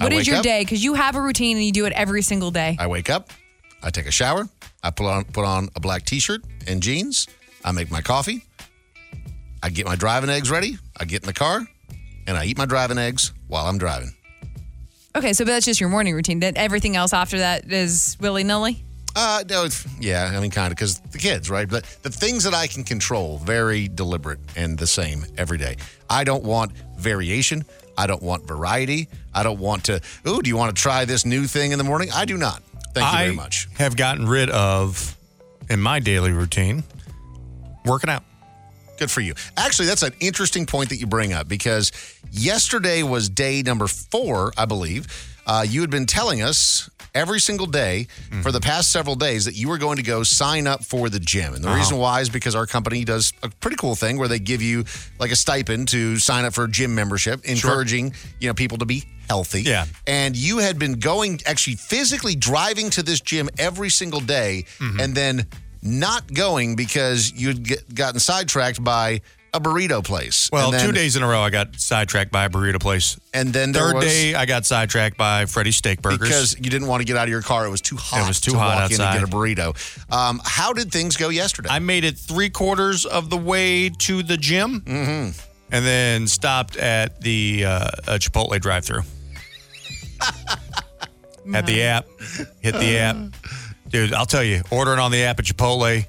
I What is wake your up. day? Because you have a routine and you do it every single day. I wake up, I take a shower, I put on put on a black t-shirt and jeans, I make my coffee, I get my driving eggs ready, I get in the car, and I eat my driving eggs while I'm driving. Okay, so that's just your morning routine. Then everything else after that is willy nilly. Uh, no, it's, yeah, I mean, kind of, because the kids, right? But the things that I can control, very deliberate and the same every day. I don't want variation. I don't want variety. I don't want to, ooh, do you want to try this new thing in the morning? I do not. Thank you I very much. have gotten rid of, in my daily routine, working out. Good for you. Actually, that's an interesting point that you bring up because yesterday was day number four, I believe. Uh, you had been telling us every single day for the past several days that you were going to go sign up for the gym. And the Uh-huh. reason why is because our company does a pretty cool thing where they give you like a stipend to sign up for a gym membership, encouraging, you know, people to be healthy. Yeah. And you had been going actually physically driving to this gym every single day Mm-hmm. and then not going because you'd get, gotten sidetracked by a burrito place. Well, And then- two days in a row, I got sidetracked by a burrito place. And then there third was- day, I got sidetracked by Freddy's Steak Burgers. because you didn't want to get out of your car. It was too hot. It was too to hot walk in and outside. get a burrito. Um, how did things go yesterday? I made it three quarters of the way to the gym, Mm-hmm. and then stopped at the uh, uh, Chipotle drive-through. At the app, hit the app, dude. I'll tell you, ordering on the app at Chipotle,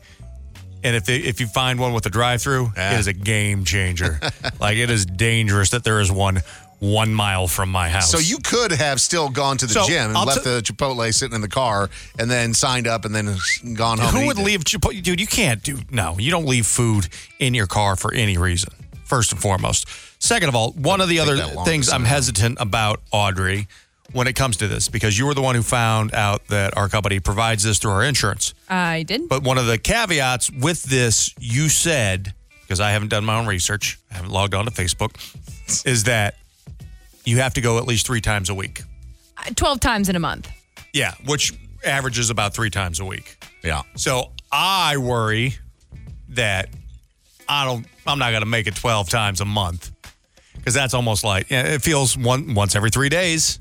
and if they, if you find one with a drive-through, it is a game changer. like it is dangerous that there is one one mile from my house. So you could have still gone to the So, gym and I'll left t- the Chipotle sitting in the car and then signed up and then gone home. Who and would eaten it. leave Chipotle? Dude, you can't do. No, you don't leave food in your car for any reason, first and foremost. Second of all, one of the other things I'm hesitant about, Audrey, when it comes to this, because you were the one who found out that our company provides this through our insurance. I did. But one of the caveats with this, you said, because I haven't done my own research, I haven't logged on to Facebook, is that you have to go at least three times a week. Uh, 12 times in a month. Yeah, which averages about three times a week. Yeah. So I worry that I don't. I'm not going to make it 12 times a month because that's almost like yeah, it feels one once every three days,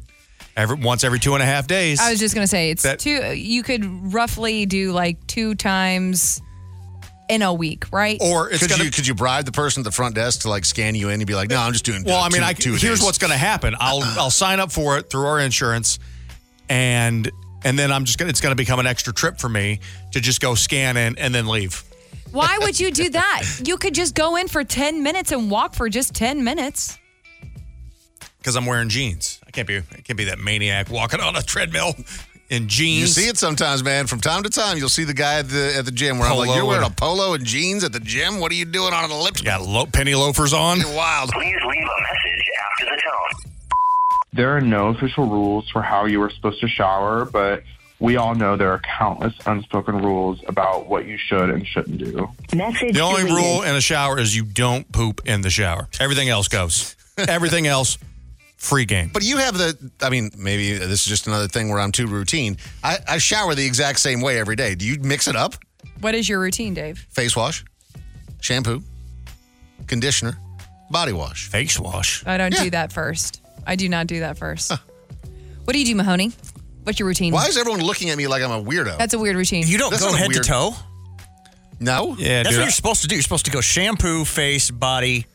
every once every two and a half days. I was just going to say it's That- two you could roughly do like two times in a week, right? could you could you bribe the person at the front desk to like scan you in and be like, no, I'm just doing. Well, uh, I mean, two, I, two here's days." what's going to happen. I'll I'll sign up for it through our insurance, and and then I'm just gonna it's going to become an extra trip for me to just go scan in and then leave. Why would you do that? You could just go in for 10 minutes and walk for just 10 minutes. because I'm wearing jeans. I can't be I can't be that maniac walking on a treadmill in You jeans. see it sometimes, man. From time to time, you'll see the guy at the at the gym where I'm like, Polo you're wearing a and- polo and jeans at the gym. What are you doing on an elliptical? Got lo- penny loafers on. Wild. Please leave a message after the tone. There are no official rules for how you are supposed to shower, but we all know there are countless unspoken rules about what you should and shouldn't do. The only rule in a shower is you don't poop in the shower. Everything else goes. Everything else, free game. But you have the. I mean, maybe this is just another thing where I'm too routine. I, I shower the exact same way every day. Do you mix it up? What is your routine, Dave? Face wash, shampoo, conditioner, body wash, face wash. I don't do that first. I do not do that first. What do you do, Mahoney? What's your routine? Why is everyone looking at me like I'm a weirdo? That's a weird routine. You don't go head to toe. No. Yeah, that's dude, what I- you're supposed to do. You're supposed to go shampoo, face, body,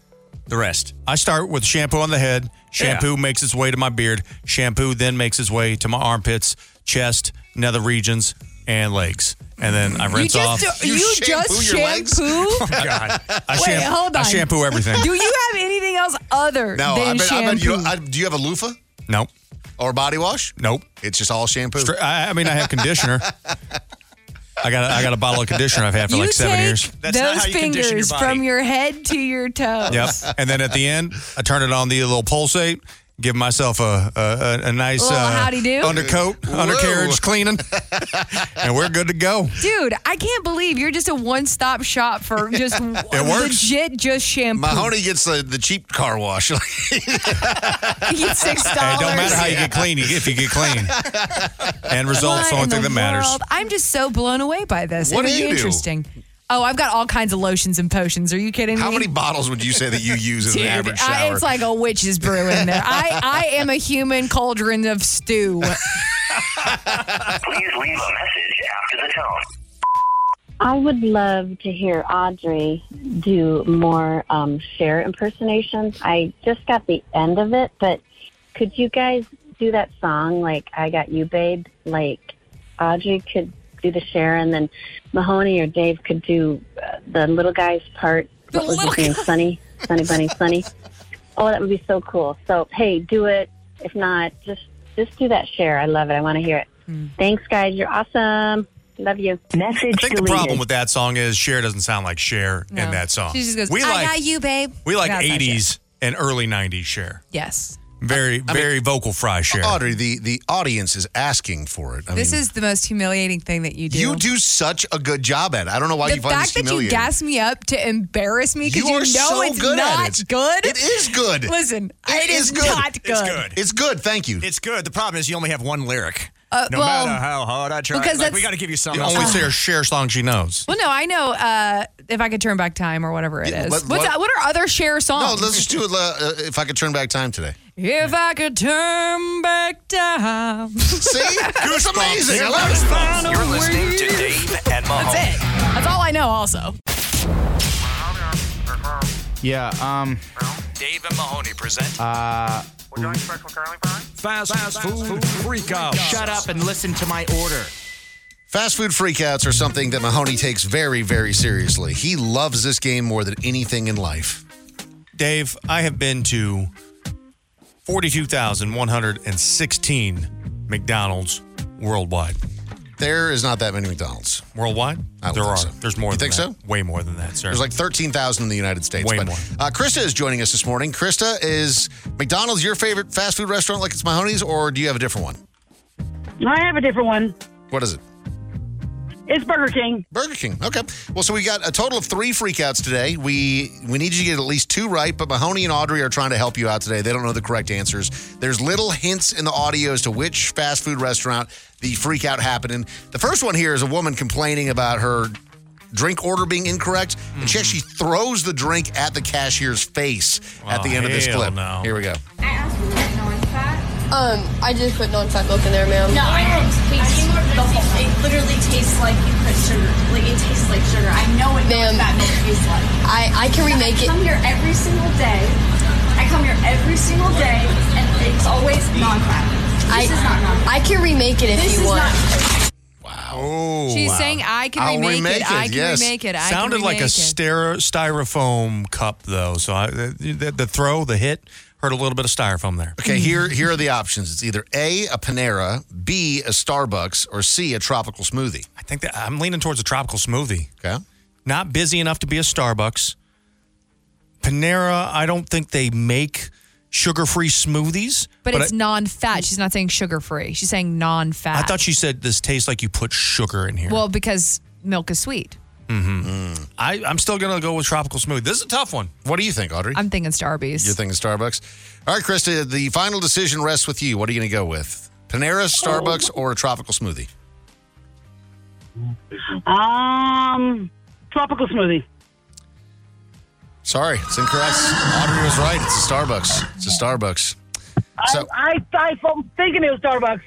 the rest. I start with shampoo on the head. Shampoo makes its way to my beard. Shampoo then makes its way to my armpits, chest, nether regions, and legs. And then I rinse off. just you, just shampoo. Oh God. I Wait, sham- hold on. I shampoo everything. Do you have anything else other No, than I bet, I shampoo? bet you. I, do you have a loofah? Nope. Or body wash? Nope. It's just all shampoo. Stra- I, I mean, I have conditioner. I got a, I got a bottle of conditioner I've had for You like seven take years. those fingers from your head to your toes. Yep. And then at the end, I turn it on the little pulsate, give myself a a, a, a nice Little uh, howdy do. undercoat, Whoa. undercarriage cleaning, and we're good to go. Dude, I can't believe you're just a one-stop shop for just works. legit just shampoo. Mahoney gets the, the cheap car wash. He gets six Hey, dollars. it don't matter how you get clean, you get, if you get clean. And results, the only thing that matters. I'm just so blown away by this. What it's do very you do? interesting. Oh, I've got all kinds of lotions and potions. Are you kidding me? How many bottles would you say that you use in Dude, an average I- shower? it's like a witch's brew in there. I, I am a human cauldron of stew. Please leave a message after the tone. I would love to hear Audrey do more um, Cher impersonations. I just got the end of it, but could you guys do that song like "I Got You, Babe"? Like Audrey could do the Cher, and then Mahoney or Dave could do uh, the little guy's part. What was his name? Sunny, Sunny Bunny, Sunny. Oh, that would be so cool. So hey, do it. If not, just just do that Cher. I love it. I want to hear it. Hmm. Thanks, guys. You're awesome. Love you. Message I think the problem with that song is Cher doesn't sound like Cher in that song. She just goes, we I like got you, babe. we like That's not Cher. 80s and early 90s Cher. Yes. Very very vocal fry Cher. Audrey, the, the audience is asking for it. I this mean, is the most humiliating thing that you do. you do such a good job at it. I don't know why the you find fact this that you humiliating. gas me up to embarrass me because You you, are know so it's good at not it. good. It is good. Listen, it is, good. not good. It's good. It's good. Thank you. It's good. The problem is you only have one lyric. Uh, no well, matter how hard I try, because like, that's- we got to give you something. You only say a Cher song she knows. Well, no, I know uh, if I could turn back time or whatever it is. let- What's let- that- what are other share No, songs? let's just do it. Uh, uh, if I could turn back time today. if I could turn back time. See? It's amazing. I love it. You're listening to Dave and Mahoney. That's it. That's all I know, also. Yeah. Um. Dave and Mahoney present Uh. Fast, Food, Freak Out. Shut up and listen to my order. Fast food freakouts are something that Mahoney takes very, very seriously. He loves this game more than anything in life. Dave, I have been to 42,116 McDonald's worldwide. There is not that many McDonald's. Worldwide? I don't there think are. so. There's more You than that. think so? Way more than that, sir. There's like 13,000 in the United States. Way but, more. Uh, Krista is joining us this morning. Krista, is McDonald's your favorite fast food restaurant like it's Mahoney's, or do you have a different one? I have a different one. What is it? It's Burger King. Burger King. Okay. Well, so we got a total of three freakouts today. We we need you to get at least two right, but Mahoney and Audrey are trying to help you out today. They don't know the correct answers. There's little hints in the audio as to which fast food restaurant the freakout happened in. The first one here is a woman complaining about her drink order being incorrect, and Mm-hmm. she actually throws the drink at the cashier's face at Oh, the end of this hell clip. no. Here we go. Um, I just put non-fat milk in there, ma'am. No, I know it tastes. the whole- It literally tastes like you put sugar. Like it tastes like sugar. I know what Ma'am. that milk tastes like. I- I can remake I it. come here every single day. I come here every single day, and it's always non-fat. This I, is not non-fat. I can remake it if This you is want. Oh, She's saying, I can I'll remake, it. I can yes. remake it. I Sounded can like remake a it. styro- styrofoam cup, though. So I, the, the- the throw, the hit, heard a little bit of styrofoam there. Mm. Okay, here here are the options. It's either A, a Panera, B, a Starbucks, or C, a tropical smoothie. I think that I'm leaning towards a tropical smoothie. Okay. Not busy enough to be a Starbucks. Panera, I don't think they make sugar free smoothies. But, it's I, non-fat. She's not saying sugar-free. She's saying non-fat. I thought she said this tastes like you put sugar in here. Well, because milk is sweet. mm-hmm. I, I'm still going to go with tropical smoothie. This is a tough one. What do you think, Audrey? I'm thinking it's to Arby's. You're thinking Starbucks. All right, Krista, the final decision rests with you. What are you going to go with? Panera, Starbucks, or a tropical smoothie? Um, tropical smoothie. Sorry, it's incorrect. Audrey was right. It's a Starbucks. It's a Starbucks. So, I, I, I'm thinking it was Starbucks.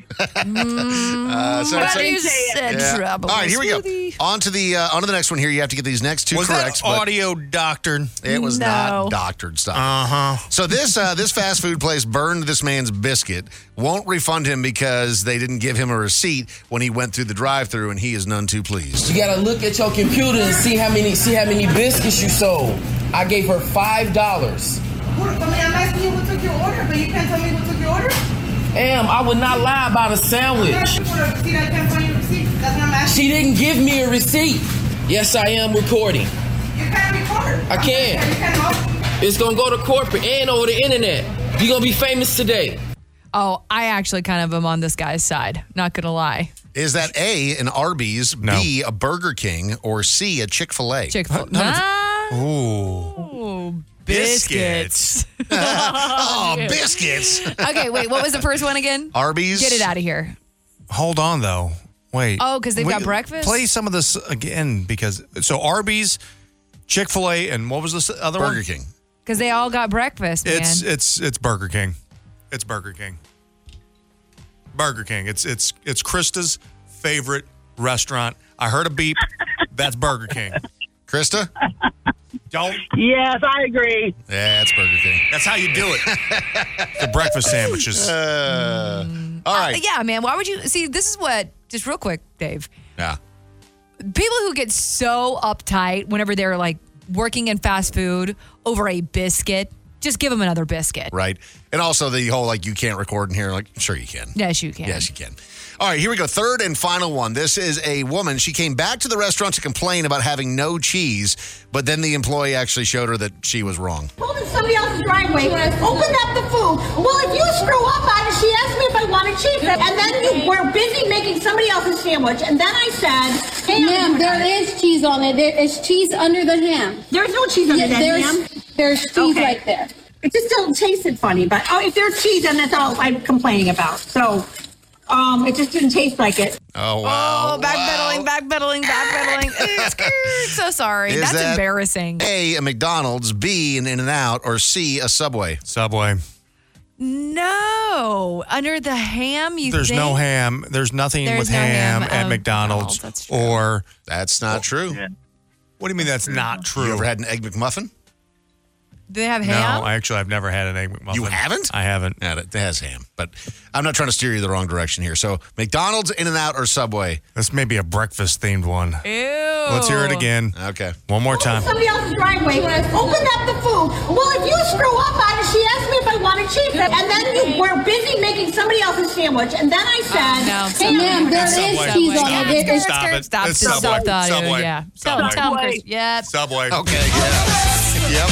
Mm, uh, so, But so- you said All tropical right, here we go. On to the uh, on to the next one. Here, you have to get these next two Was that correct. audio doctored? It was not doctored stuff. Uh huh. So this uh, this fast food place burned this man's biscuit. Won't refund him because they didn't give him a receipt when he went through the drive-through, and he is none too pleased. You gotta look at your computer and see how many see how many biscuits you sold. I gave her five dollars. I'm asking you what took your order, but you can't tell me what took your order? Am I would not lie about a sandwich. I'm asking for a receipt. I can't find your receipt. That's what I'm asking. She didn't give me a receipt. Yes, I am recording. You can't record. I can. You cannot. It's gonna go to corporate and over the internet. You're gonna be famous today. Oh, I actually kind of am on this guy's side. Not gonna lie. Is that A, an Arby's, B, a Burger King, or C, a Chick fil A? Chick Fil. Ooh. Oh, Biscuits. oh, dude. biscuits. okay, wait. What was the first one again? Arby's. Get it out of here. Hold on, though. Wait. Oh, 'cause they've We- got breakfast? Play some of this again because so Arby's, Chick Fil A, and what was this other one? Burger King. Because they all got breakfast, man. It's it's it's Burger King. It's Burger King. Burger King. It's it's it's Krista's favorite restaurant. I heard a beep. That's Burger King. Krista? Don't. Yes, I agree. Yeah, it's Burger King. That's how you do it. the breakfast sandwiches. all Uh, yeah, man. Why would you see? This is what. Just real quick, Dave. Yeah. People who get so uptight whenever they're like working in fast food over a biscuit, just give them another biscuit. Right. And also the whole like, you can't record in here. Like, sure you can. Yes, you can. Yes, you can. All right, here we go. Third and final one. This is a woman. She came back to the restaurant to complain about having no cheese, but then the employee actually showed her that she was wrong. Pulled in somebody else's driveway. Open up the food. Well, if you screw up on it, she asked me if I wanted cheese, and then you were busy making somebody else's sandwich, and then I said, "Hey, Ma'am, there is cheese on it. There is cheese under the ham. There's no cheese on Yeah, that there's- ham. There's cheese right there. It just don't tasted funny, but oh, if there's cheese, then that's all I'm complaining about. So, um, it just didn't taste like it. Oh, wow. Oh, backpedaling, backpedaling, backpedaling. so sorry. Is That's that embarrassing. A, a McDonald's, B, an In N Out, or C, a Subway? Subway. No, under the ham. You There's think? no ham. There's nothing There's with no ham, ham at at McDonald's. Or that's not true. What do you mean that's not true? You ever had an egg McMuffin? Do they have ham? No, I actually I've never had an egg McMuffin. You haven't? I haven't. Yeah, that that has ham, but I'm not trying to steer you the wrong direction here. So McDonald's, In and Out, or Subway. This may be a breakfast themed one. Ew. Let's hear Oh. it again. Okay. One more time. Somebody else's driveway. Open up the food. Well, if you screw up on it, she asked me if I wanted cheese, and then you were busy making somebody else's sandwich, and then I Oh, said, So, "Hey, ma'am, there is cheese on it. It is- Stop it. Stop, It's stop, Subway. stop the audio. Subway. Yeah. Tell Subway. him, tell him, Chris. Yep. Subway. Okay. Yeah.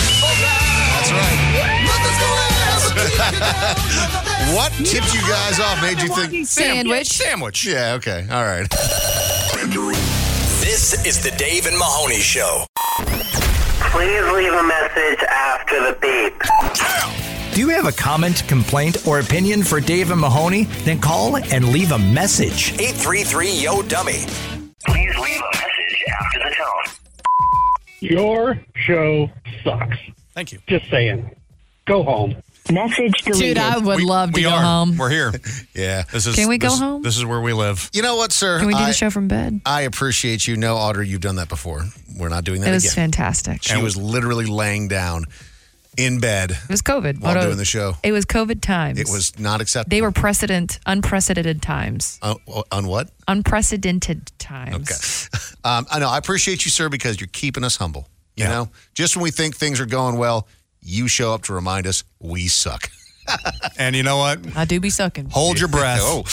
yep. That's right. what tipped you guys off? Made you think Sandwich. Sandwich. Yeah. Okay. All right. This is the Dave and Mahoney Show. Please leave a message after the beep. Do you have a comment, complaint, or opinion for Dave and Mahoney? Then call and leave a message. 833 Yo Dummy. Please leave a message after the tone. Your show sucks. Thank you. Just saying. Go home. Message Dude, I would love to we go are. home. We're here. Yeah. This is. Can we go this- home? This is where we live. You know what, sir? Can we do I, the show from bed? I appreciate you. No, Audrey, you've done that before. We're not doing that It was again. fantastic. She was literally laying down in bed It was COVID. while Although doing the show. It was COVID times. It was not acceptable. They were precedent, unprecedented times. Uh, on what? Unprecedented times. Okay. Um, I know. I appreciate you, sir, because you're keeping us humble. You know, just when we think things are going well, you show up to remind us we suck. And you know what? I do be sucking. Hold your breath. Oh,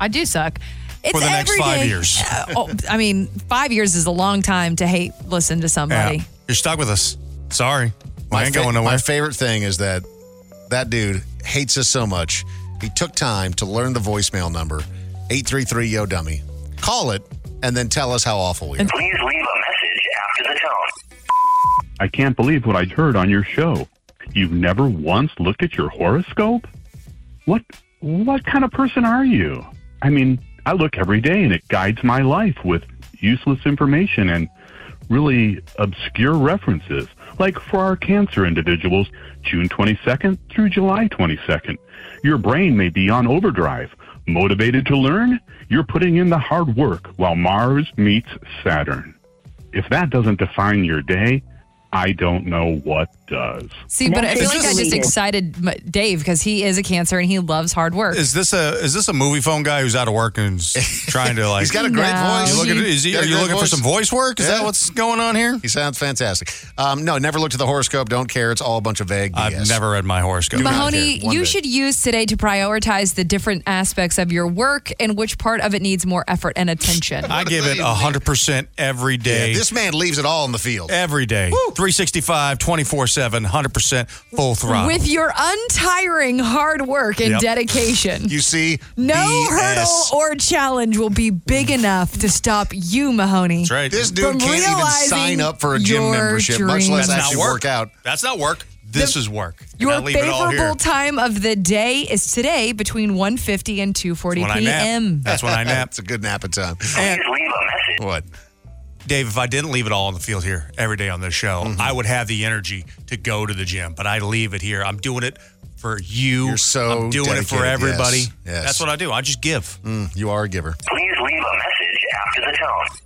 I do suck. It's For the next every five day- years. Uh, oh, I mean, five years is a long time to hate listen to Yeah. somebody. You're stuck with us. Sorry. I ain't fa- going nowhere. My favorite thing is that that dude hates us so much. He took time to learn the voicemail number, 833 Yo Dummy. Call it and then tell us how awful we are. Please leave a message after the tone. I can't believe what I heard on your show. You've never once looked at your horoscope? What what kind of person are you? I mean, I look every day and it guides my life with useless information and really obscure references. Like for our cancer individuals, June 22nd through July 22nd. Your brain may be on overdrive. Motivated to learn? You're putting in the hard work while Mars meets Saturn. If that doesn't define your day, I don't know what does. See, but I feel Is like this- I just excited m- Dave because he is a cancer and he loves hard work. Is this a is this a movie phone guy who's out of work and is trying to like? He's got a great No. voice. You looking, is He's he, got are a you great looking for some voice work? Is Yeah. that what's going on here? He sounds fantastic. Um, no, never looked at the horoscope. Don't care. It's all a bunch of vague. I've BS. never read my horoscope. not Mahoney, care one you bit. should use today to prioritize the different aspects of your work and which part of it needs more effort and attention. I give it 100% every Yeah, day. this man leaves it all in the field. every day. 365, 24 7, 100% full throttle. With your untiring hard work and Yep. dedication. You see, No BS. hurdle or challenge will be big enough to stop you, Mahoney. That's right. This dude From can't even realizing sign up for a gym your membership, much dreams. less That's not actually work. work out. That's not work. This is work. And I Your leave it all here. favorable time of the day is today between 1.50 and 2.40 When I nap. p.m. That's when I nap. That's a good nap in time. And Please leave a message. What? Dave, if I didn't leave it all on the field here every day on this show, Mm-hmm. I would have the energy to go to the gym, but I leave it here. I'm doing it for you. You're so I'm doing it for dedicated. everybody. Yes. Yes. That's what I do. I just give. Mm, you are a giver. Please leave a message after the tone.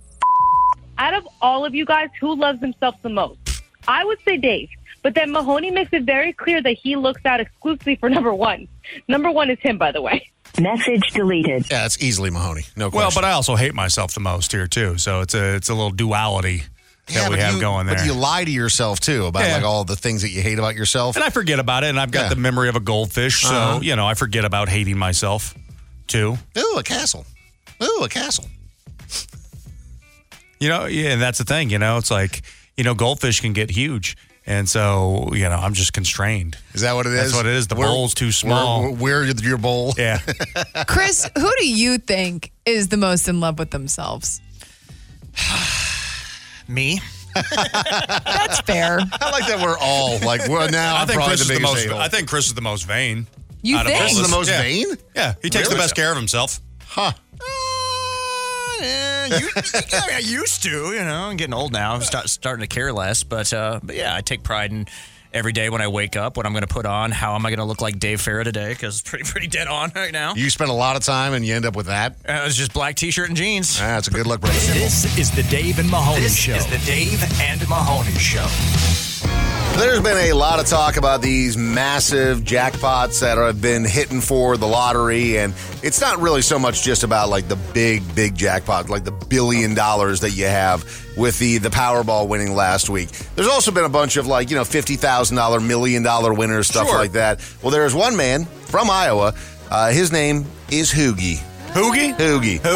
out of all of you guys, who loves himself the most? I would say Dave. But then Mahoney makes it very clear that he looks out exclusively for number one. Number one is him, by the way. Message deleted. Yeah, it's easily Mahoney. No question. Well, but I also hate myself the most here too. So it's a it's a little duality that Yeah, we but have you- going there. But you lie to yourself too about Yeah. like all the things that you hate about yourself. and I forget about it, and I've got Yeah. the memory of a goldfish, so Uh-huh. you know I forget about hating myself too. Ooh, a castle. Ooh, a castle. You know, yeah, and that's the thing. You know, it's like you know goldfish can get huge, and so you know I'm just constrained. Is that what it is? That's what it is. The We're- bowl's too small. We're, we're your bowl. yeah, Chris, who do you think is the most in love with themselves? Me? That's fair. I like that we're all like we're now. I I'm think probably Chris is the biggest most. a-hole. I think Chris is the most vain. You Out of all think? Chris is the most Yeah. vain. Yeah, he takes Really? the best care of himself. Huh? Yeah, you, I, mean, I used to, you know, I'm getting old now. I'm start, starting to care less, but uh, but yeah, I take pride in every day when I wake up, what I'm going to put on, how am I going to look like Dave Farah today? Because pretty pretty dead on right now. You spend a lot of time and you end up with that. Uh, it's just black t-shirt and jeans. Ah, That's a good luck, brother. This is the Dave and Mahoney This Show. is the Dave and Mahoney Show. There's been a lot of talk about these massive jackpots that have been hitting for the lottery, and it's not really so much just about like the big, big jackpot, like the billion dollars that you have with the the Powerball winning last week. There's also been a bunch of like you know fifty thousand dollar, million dollar winners, stuff like that. Well, there is one man from Iowa. Uh, his name is Hoogie. Hoogie. Hoogie. Oh,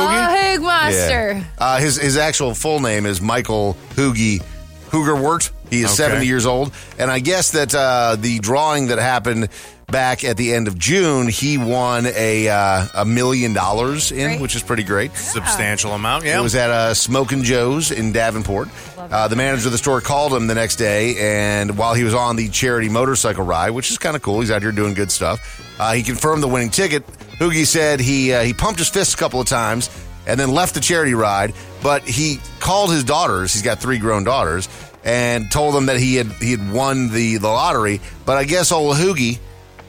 Hoogmaster. Yeah. Uh, his his actual full name is Michael Hoogie Hoogerwort. He is Okay. 70 years old, and I guess that uh, the drawing that happened back at the end of June, he won a uh, a million dollars in, which is pretty great, Substantial amount, yeah. It was at uh, Smokin' Joe's in Davenport. Uh, the manager of the store called him the next day, and while he was on the charity motorcycle ride, which is kind of cool, he's out here doing good stuff. Uh, he confirmed the winning ticket. Hoogie said he uh, he pumped his fist a couple of times and then left the charity ride. But he called his daughters. He's got three grown daughters, and told them that he had he had won the the lottery. But I guess old Hoogie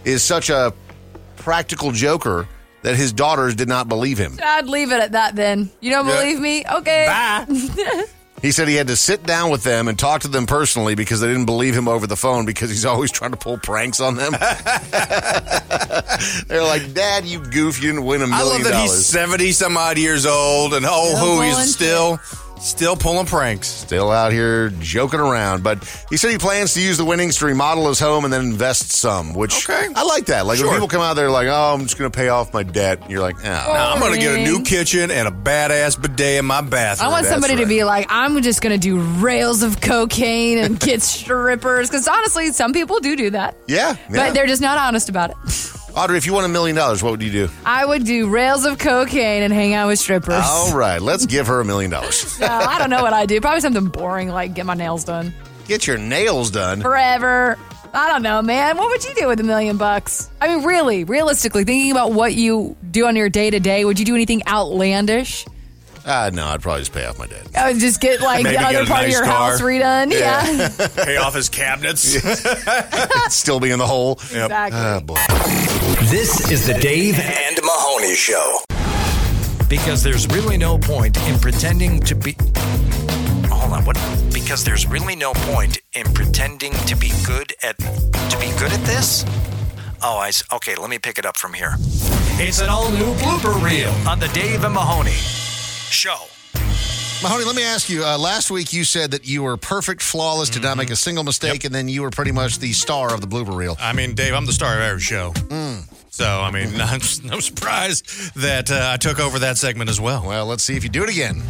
is such a practical joker that his daughters did not believe him. I'd leave it at that then. You don't Yeah. believe me? Okay. He said he had to sit down with them and talk to them personally because they didn't believe him over the phone because he's always trying to pull pranks on them. They're like, Dad, you goof, you didn't win a I million love that he's dollars. seventy some odd years old, and oh, Still who pulling he's still still pulling pranks. Still out here joking around, but he said he plans to use the winnings to remodel his home and then invest some, which I like that. Like Sure. when people come out, they're like, "Oh, I'm just going to pay off my debt." And you're like, "Ah, No, I'm gonna get a new kitchen and a badass bidet in my I bathroom. want That's somebody to right. be like, I'm just going to do rails of cocaine and get strippers. Because honestly, some people do do that, Yeah, yeah. but they're just not honest about it. Audrey, if you won a million dollars, what would you do? I would do rails of cocaine and hang out with strippers. All right, let's give her a million dollars. No, I don't know what I do. Probably something boring like get my nails done Get your nails done. forever. I don't know, man. What would you do with a million bucks? I mean, really, realistically, thinking about what you do on your day to day, would you do anything outlandish? Uh, no, I'd probably just pay off my debt. I would just get like Maybe the get other a part of nice your car. house redone. Yeah. yeah. Pay off his cabinets. Still be in the hole. Exactly. Oh, boy. This is the Dave and Mahoney Show. Because there's really no point in pretending to be. Hold on, what? Because there's really no point in pretending to be good at to be good at this. Oh, I s- okay. Let me pick it up from here. It's an all-new blooper reel on the Dave and Mahoney Show. Mahoney, let me ask you. Uh, last week, you said that you were perfect, flawless, did not make a single mistake, and then you were pretty much the star of the blooper reel. I mean, Dave, I'm the star of every show. Mm. So, I mean, I'm s- no surprise that uh, I took over that segment as well. Well, let's see if you do it again.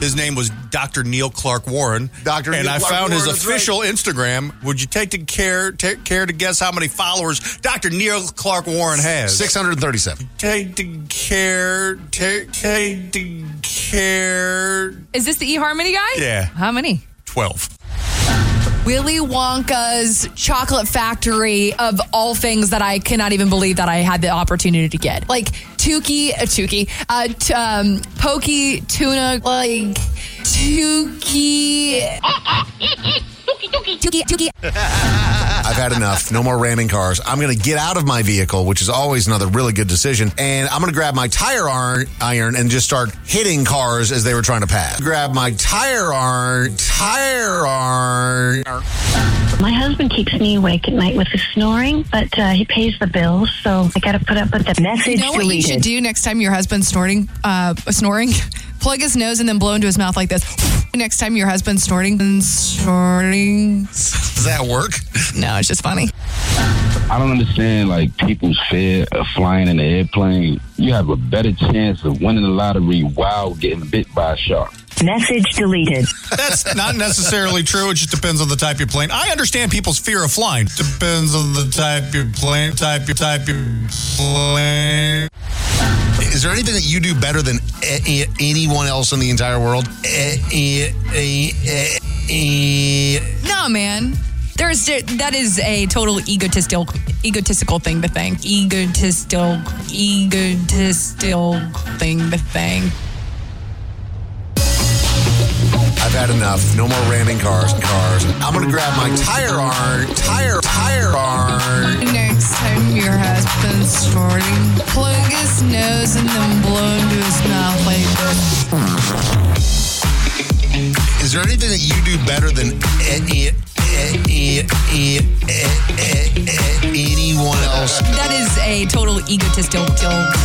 His name was Dr. Neil Clark Warren. Dr. And Neil I Clark found his Warren, that's right. official Instagram. Would you take to care take care to guess how many followers Dr. Neil Clark Warren has? 637. Take to care. Take, take to care. Is this the eHarmony guy? Yeah. How many? 12. Willy Wonka's Chocolate Factory of all things that I cannot even believe that I had the opportunity to get. Like Tukey, uh, Tukey, uh, t- um, Pokey Tuna, like Tukey. Tukey, Tukey. I've had enough. No more ramming cars. I'm going to get out of my vehicle, which is always another really good decision, and I'm going to grab my tire iron, iron and just start hitting cars as they were trying to pass. Grab my tire iron, tire iron. My husband keeps me awake at night with his snoring, but uh, he pays the bills, so I got to put up with the You message know what you should do next time your husband's snorting, uh, snoring? Plug his nose and then blow into his mouth like this. Next time your husband's snorting, snorting. Does that work? No, it's just funny. I don't understand like people's fear of flying in an airplane. You have a better chance of winning the lottery while getting bit by a shark. Message deleted. That's not necessarily true. It just depends on the type of plane. I understand people's fear of flying. Depends on the type of plane. Type of type of plane. Is there anything that you do better than a- a- anyone else in the entire world? A- e, a- a- a- a- No, man. There's that is a total egotistical egotistical thing to think. Egotistical egotistical thing to think. I've had enough. No more ramming cars and cars. I'm gonna grab my tire iron, tire, tire iron. Next time your husband's snorting, plug his nose and then blow into his mouth like this. Is there anything that you do better than a- a- a- a- a- a- anyone else. That is a total egotistical.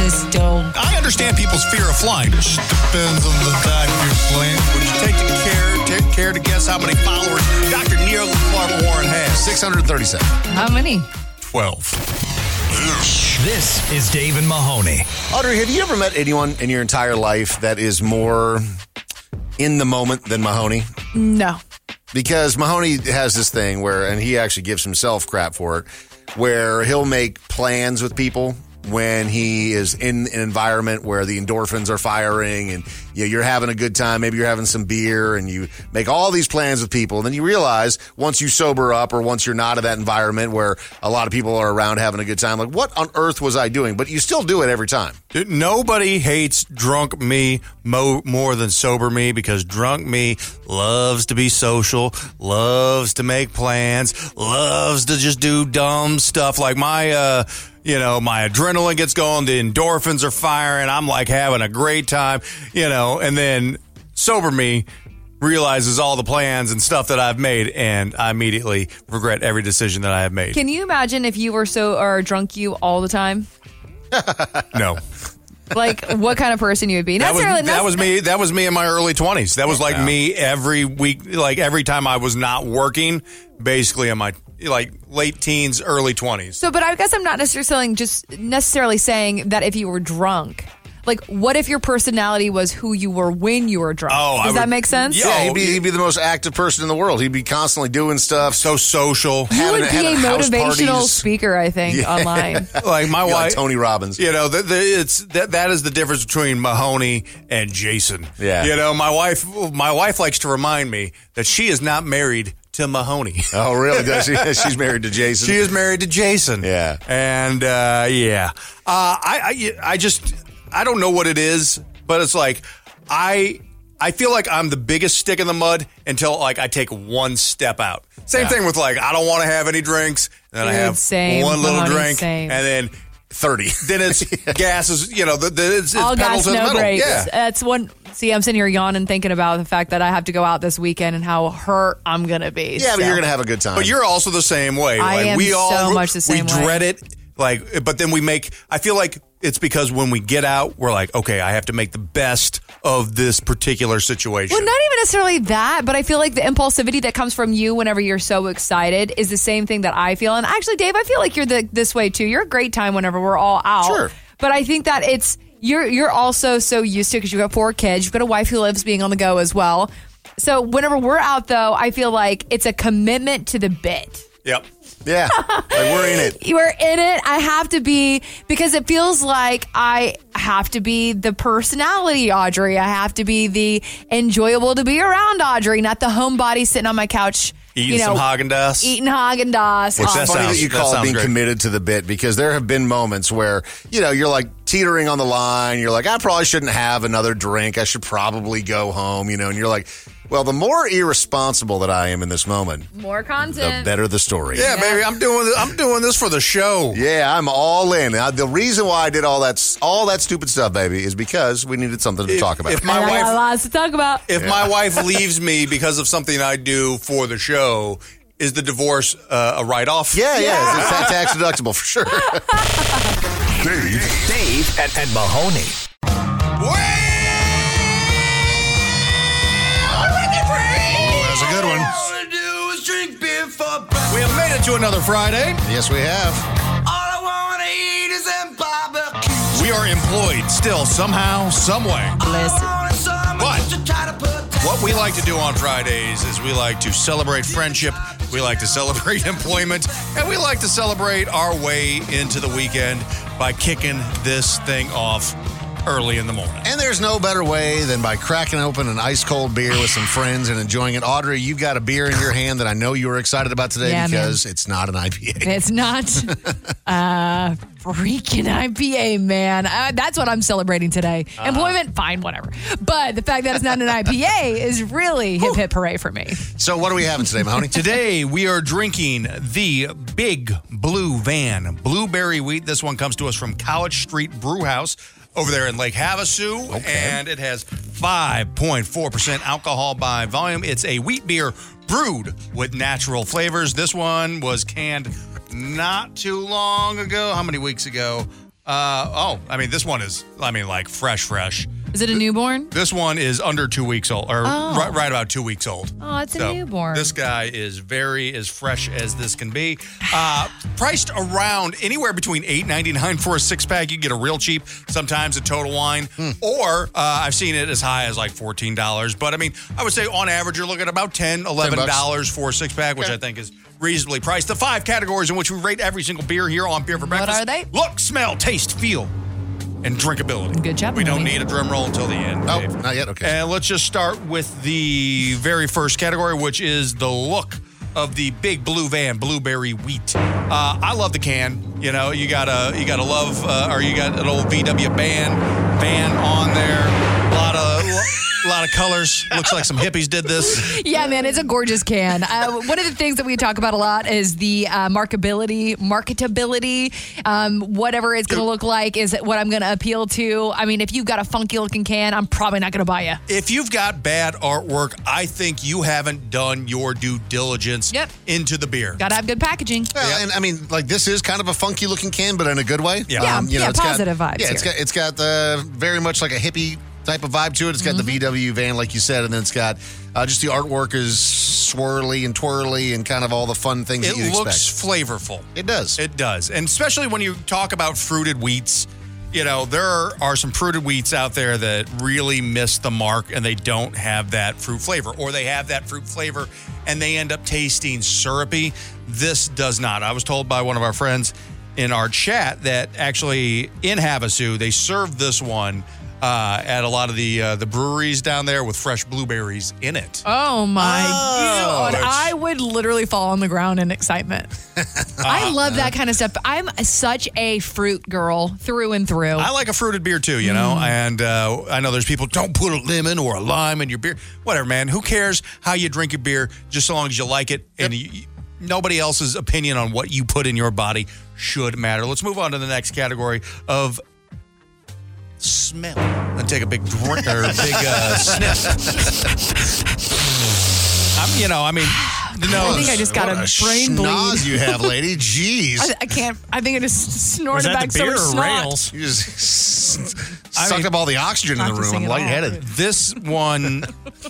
Still, I understand people's fear of flying. It just depends on the type you're flying. Would you take the care, take care to guess how many followers Dr. Neil Clark Warren has? 637. How many? 12. This is Dave and Mahoney. Audrey, have you ever met anyone in your entire life that is more in the moment than Mahoney? No. Because Mahoney has this thing where, and he actually gives himself crap for it, where he'll make plans with people when he is in an environment where the endorphins are firing and you know, you're having a good time. Maybe you're having some beer and you make all these plans with people. And then you realize once you sober up or once you're not in that environment where a lot of people are around having a good time, like what on earth was I doing? But you still do it every time. Dude, nobody hates drunk me mo- more than sober me because drunk me loves to be social, loves to make plans, loves to just do dumb stuff. Like my, uh, you know, my adrenaline gets going, the endorphins are firing, I'm like having a great time, you know, and then sober me realizes all the plans and stuff that I've made, and I immediately regret every decision that I have made. Can you imagine if you were so or drunk you all the time? no. Like what kind of person you would be? That was, Necessarily- that was me. That was me in my early twenties. That was like Yeah. me every week, like every time I was not working, basically in my like late teens, early twenties. So, but I guess I'm not necessarily saying- just necessarily saying that if you were drunk. Like, what if your personality was who you were when you were drunk? Oh, I Does that would- make sense? Yeah, he'd be, he'd be the most active person in the world. He'd be constantly doing stuff. So social. you would be a motivational speaker, I think, online. like my Be like wife, Tony Robbins. You know, the, the, it's that that is the difference between Mahoney and Jason. Yeah. You know, my wife, my wife likes to remind me that she is not married to Mahoney. Oh, really? Does she? She's married to Jason. She is married to Jason. Yeah. And uh, yeah, uh, I, I I just I don't know what it is, but it's like I I feel like I'm the biggest stick in the mud until like I take one step out. Same Yeah. thing with like I don't want to have any drinks, and then I Dude, have same. one little Mahoney, drink, same. and then. 30. Then it's gas is, you know, the, the, it's, it's All pedal gas, to the no metal. brakes. Yeah. That's one. See, I'm sitting here yawning, thinking about the fact that I have to go out this weekend and how hurt I'm gonna be. so. have a good time. But you're also the same way. I like am we all so much the same we way. dread it. Like but then we make I feel like it's because when we get out, we're like, okay, I have to make the best of this particular situation. Well, not even necessarily that, but I feel like the impulsivity that comes from you whenever you're so excited is the same thing that I feel. And actually, Dave, I feel like you're the, this way too. You're a great time whenever we're all out. Sure. But I think that it's you're you're also so used to because you've got four kids, you've got a wife who lives being on the go as well. So whenever we're out, though, I feel like it's a commitment to the bit. Yep. Yeah. like we're in it. You are in it. I have to be because it feels like I have to be the personality, Audrey. I have to be the enjoyable to be around Audrey, not the homebody sitting on my couch. Eating you know, some Häagen-Dazs. Eating Haagen Dazs. Oh, It's funny that you call it being committed to the bit because there have been moments where, you know, you're like teetering on the line. You're like, I probably shouldn't have another drink. I should probably go home, you know, and you're like, well, the more irresponsible that I am in this moment, More the content. better the story. Yeah, baby, I'm doing this, I'm doing this for the show. Yeah, I'm all in. Uh, the reason why I did all that s- all that stupid stuff, baby, is because we needed something to talk about. if my I got wife lots to talk about. if my wife leaves me because of something I do for the show, is the divorce uh, a write off? yeah, yeah, it's- it's not tax deductible for sure. Dave, Dave and, and Mahoney. that's a good one. We have made it to another Friday. Yes, we have. We are employed still, somehow, someway. But what we like to do on Fridays is we like to celebrate friendship, we like to celebrate employment, and we like to celebrate our way into the weekend by kicking this thing off early in the morning. And there's no better way than by cracking open an ice cold beer with some friends and enjoying it. Audrey, you've got a beer in your hand that I know you were excited about today Yeah, because it's not an IPA. It's not uh freaking IPA, man. Uh, that's what I'm celebrating today. Uh-huh. Employment, fine, whatever. But the fact that it's not an IPA is really hip hip hooray for me. So what are we having today, Mahoney? Today we are drinking the Big Blue Van blueberry wheat. This one comes to us from College Street Brew House over there in Lake Havasu, and it has 5.4% alcohol by volume. It's a wheat beer brewed with natural flavors. This one was canned not too long ago. How many weeks ago? Uh, oh, I mean, this one is, I mean, like fresh, fresh. Is it a newborn? This one is under two weeks old, or Oh. right, right about two weeks old. Oh, it's a So, newborn. This guy is very as fresh as this can be. Uh, priced around anywhere between eight ninety nine for a six pack. You can get a real cheap, sometimes a total wine, or uh, I've seen it as high as like fourteen dollars. But I mean, I would say on average you're looking at about ten, eleven dollars for a six pack, which I think is reasonably priced. The five categories in which we rate every single beer here on Beer for Breakfast. are they? Look, smell, taste, feel and drinkability. Good job, We don't Mahoney. need a drum roll until the end. Oh, not yet. Okay. And let's just start with the very first category, which is the look of the big blue van blueberry wheat. Uh, I love the can. You know, you got a you got a love, uh, or you got an old VW band van on there. A lot of lot of colors. Looks like some hippies did this. Yeah, man, it's a gorgeous can. Uh, one of the things that we talk about a lot is the uh, markability, marketability, um, whatever it's going to look like is what I'm going to appeal to. I mean, if you've got a funky looking can, I'm probably not going to buy you. If you've got bad artwork, I think you haven't done your due diligence into the beer. Got to have good packaging. Well, and I mean, like this is kind of a funky looking can, but in a good way. Um, Yeah. you know, Yeah, it's got- positive vibes Yeah, it's here. got it's got the very much like a hippie type of vibe to it. It's got the Mm-hmm. VW van, like you said, and then it's got uh, just the artwork is swirly and twirly and kind of all the fun things It that you'd looks expect. flavorful. It does. It does. And especially when you talk about fruited wheats, you know, there are some fruited wheats out there that really miss the mark and they don't have that fruit flavor or they have that fruit flavor and they end up tasting syrupy. This does not. I was told by one of our friends in our chat that actually in Havasu, they serve this one uh, at a lot of the uh, the breweries down there with fresh blueberries in it. Oh my Oh. god! I would literally fall on the ground in excitement. Ah. I Uh, love that kind of stuff. I'm such a fruit girl through and through. I like a fruited beer too, you Mm. know. And uh, I know there's people don't put a lemon or a lime in your beer. Whatever, man. Who cares how you drink your beer? Just so long as you like it, and you, nobody else's opinion on what you put in your body should matter. Let's move on to the next category of smell. And take a big drink or a big uh, sniff. I'm, you know, I mean, no. I think I just got What a, a brain schnoz bleed. you have, lady. Jeez. I, I can't. I think I just snorted back so much snot. You just sucked up all the oxygen in the room. I'm lightheaded. This one,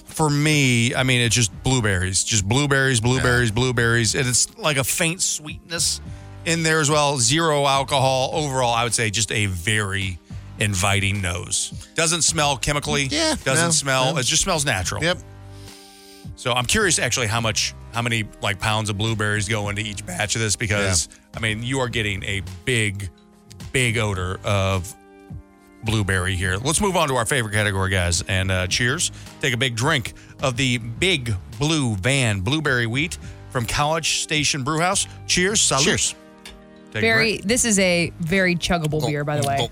for me, I mean, it's just blueberries, just blueberries, blueberries, blueberries, and it's like a faint sweetness in there as well. Zero alcohol overall. I would say just a very inviting nose. Doesn't smell chemically. Yeah, Doesn't no, smell. no. It just smells natural. Yep. So I'm curious actually how much, how many like pounds of blueberries go into each batch of this because I mean you are getting a big, big odor of blueberry here. Let's move on to our favorite category, guys, and uh, cheers. Take a big drink of the Big Blue Van blueberry wheat from College Station Brewhouse. Cheers, salud. Cheers. Very. This is a very chuggable beer, by the way.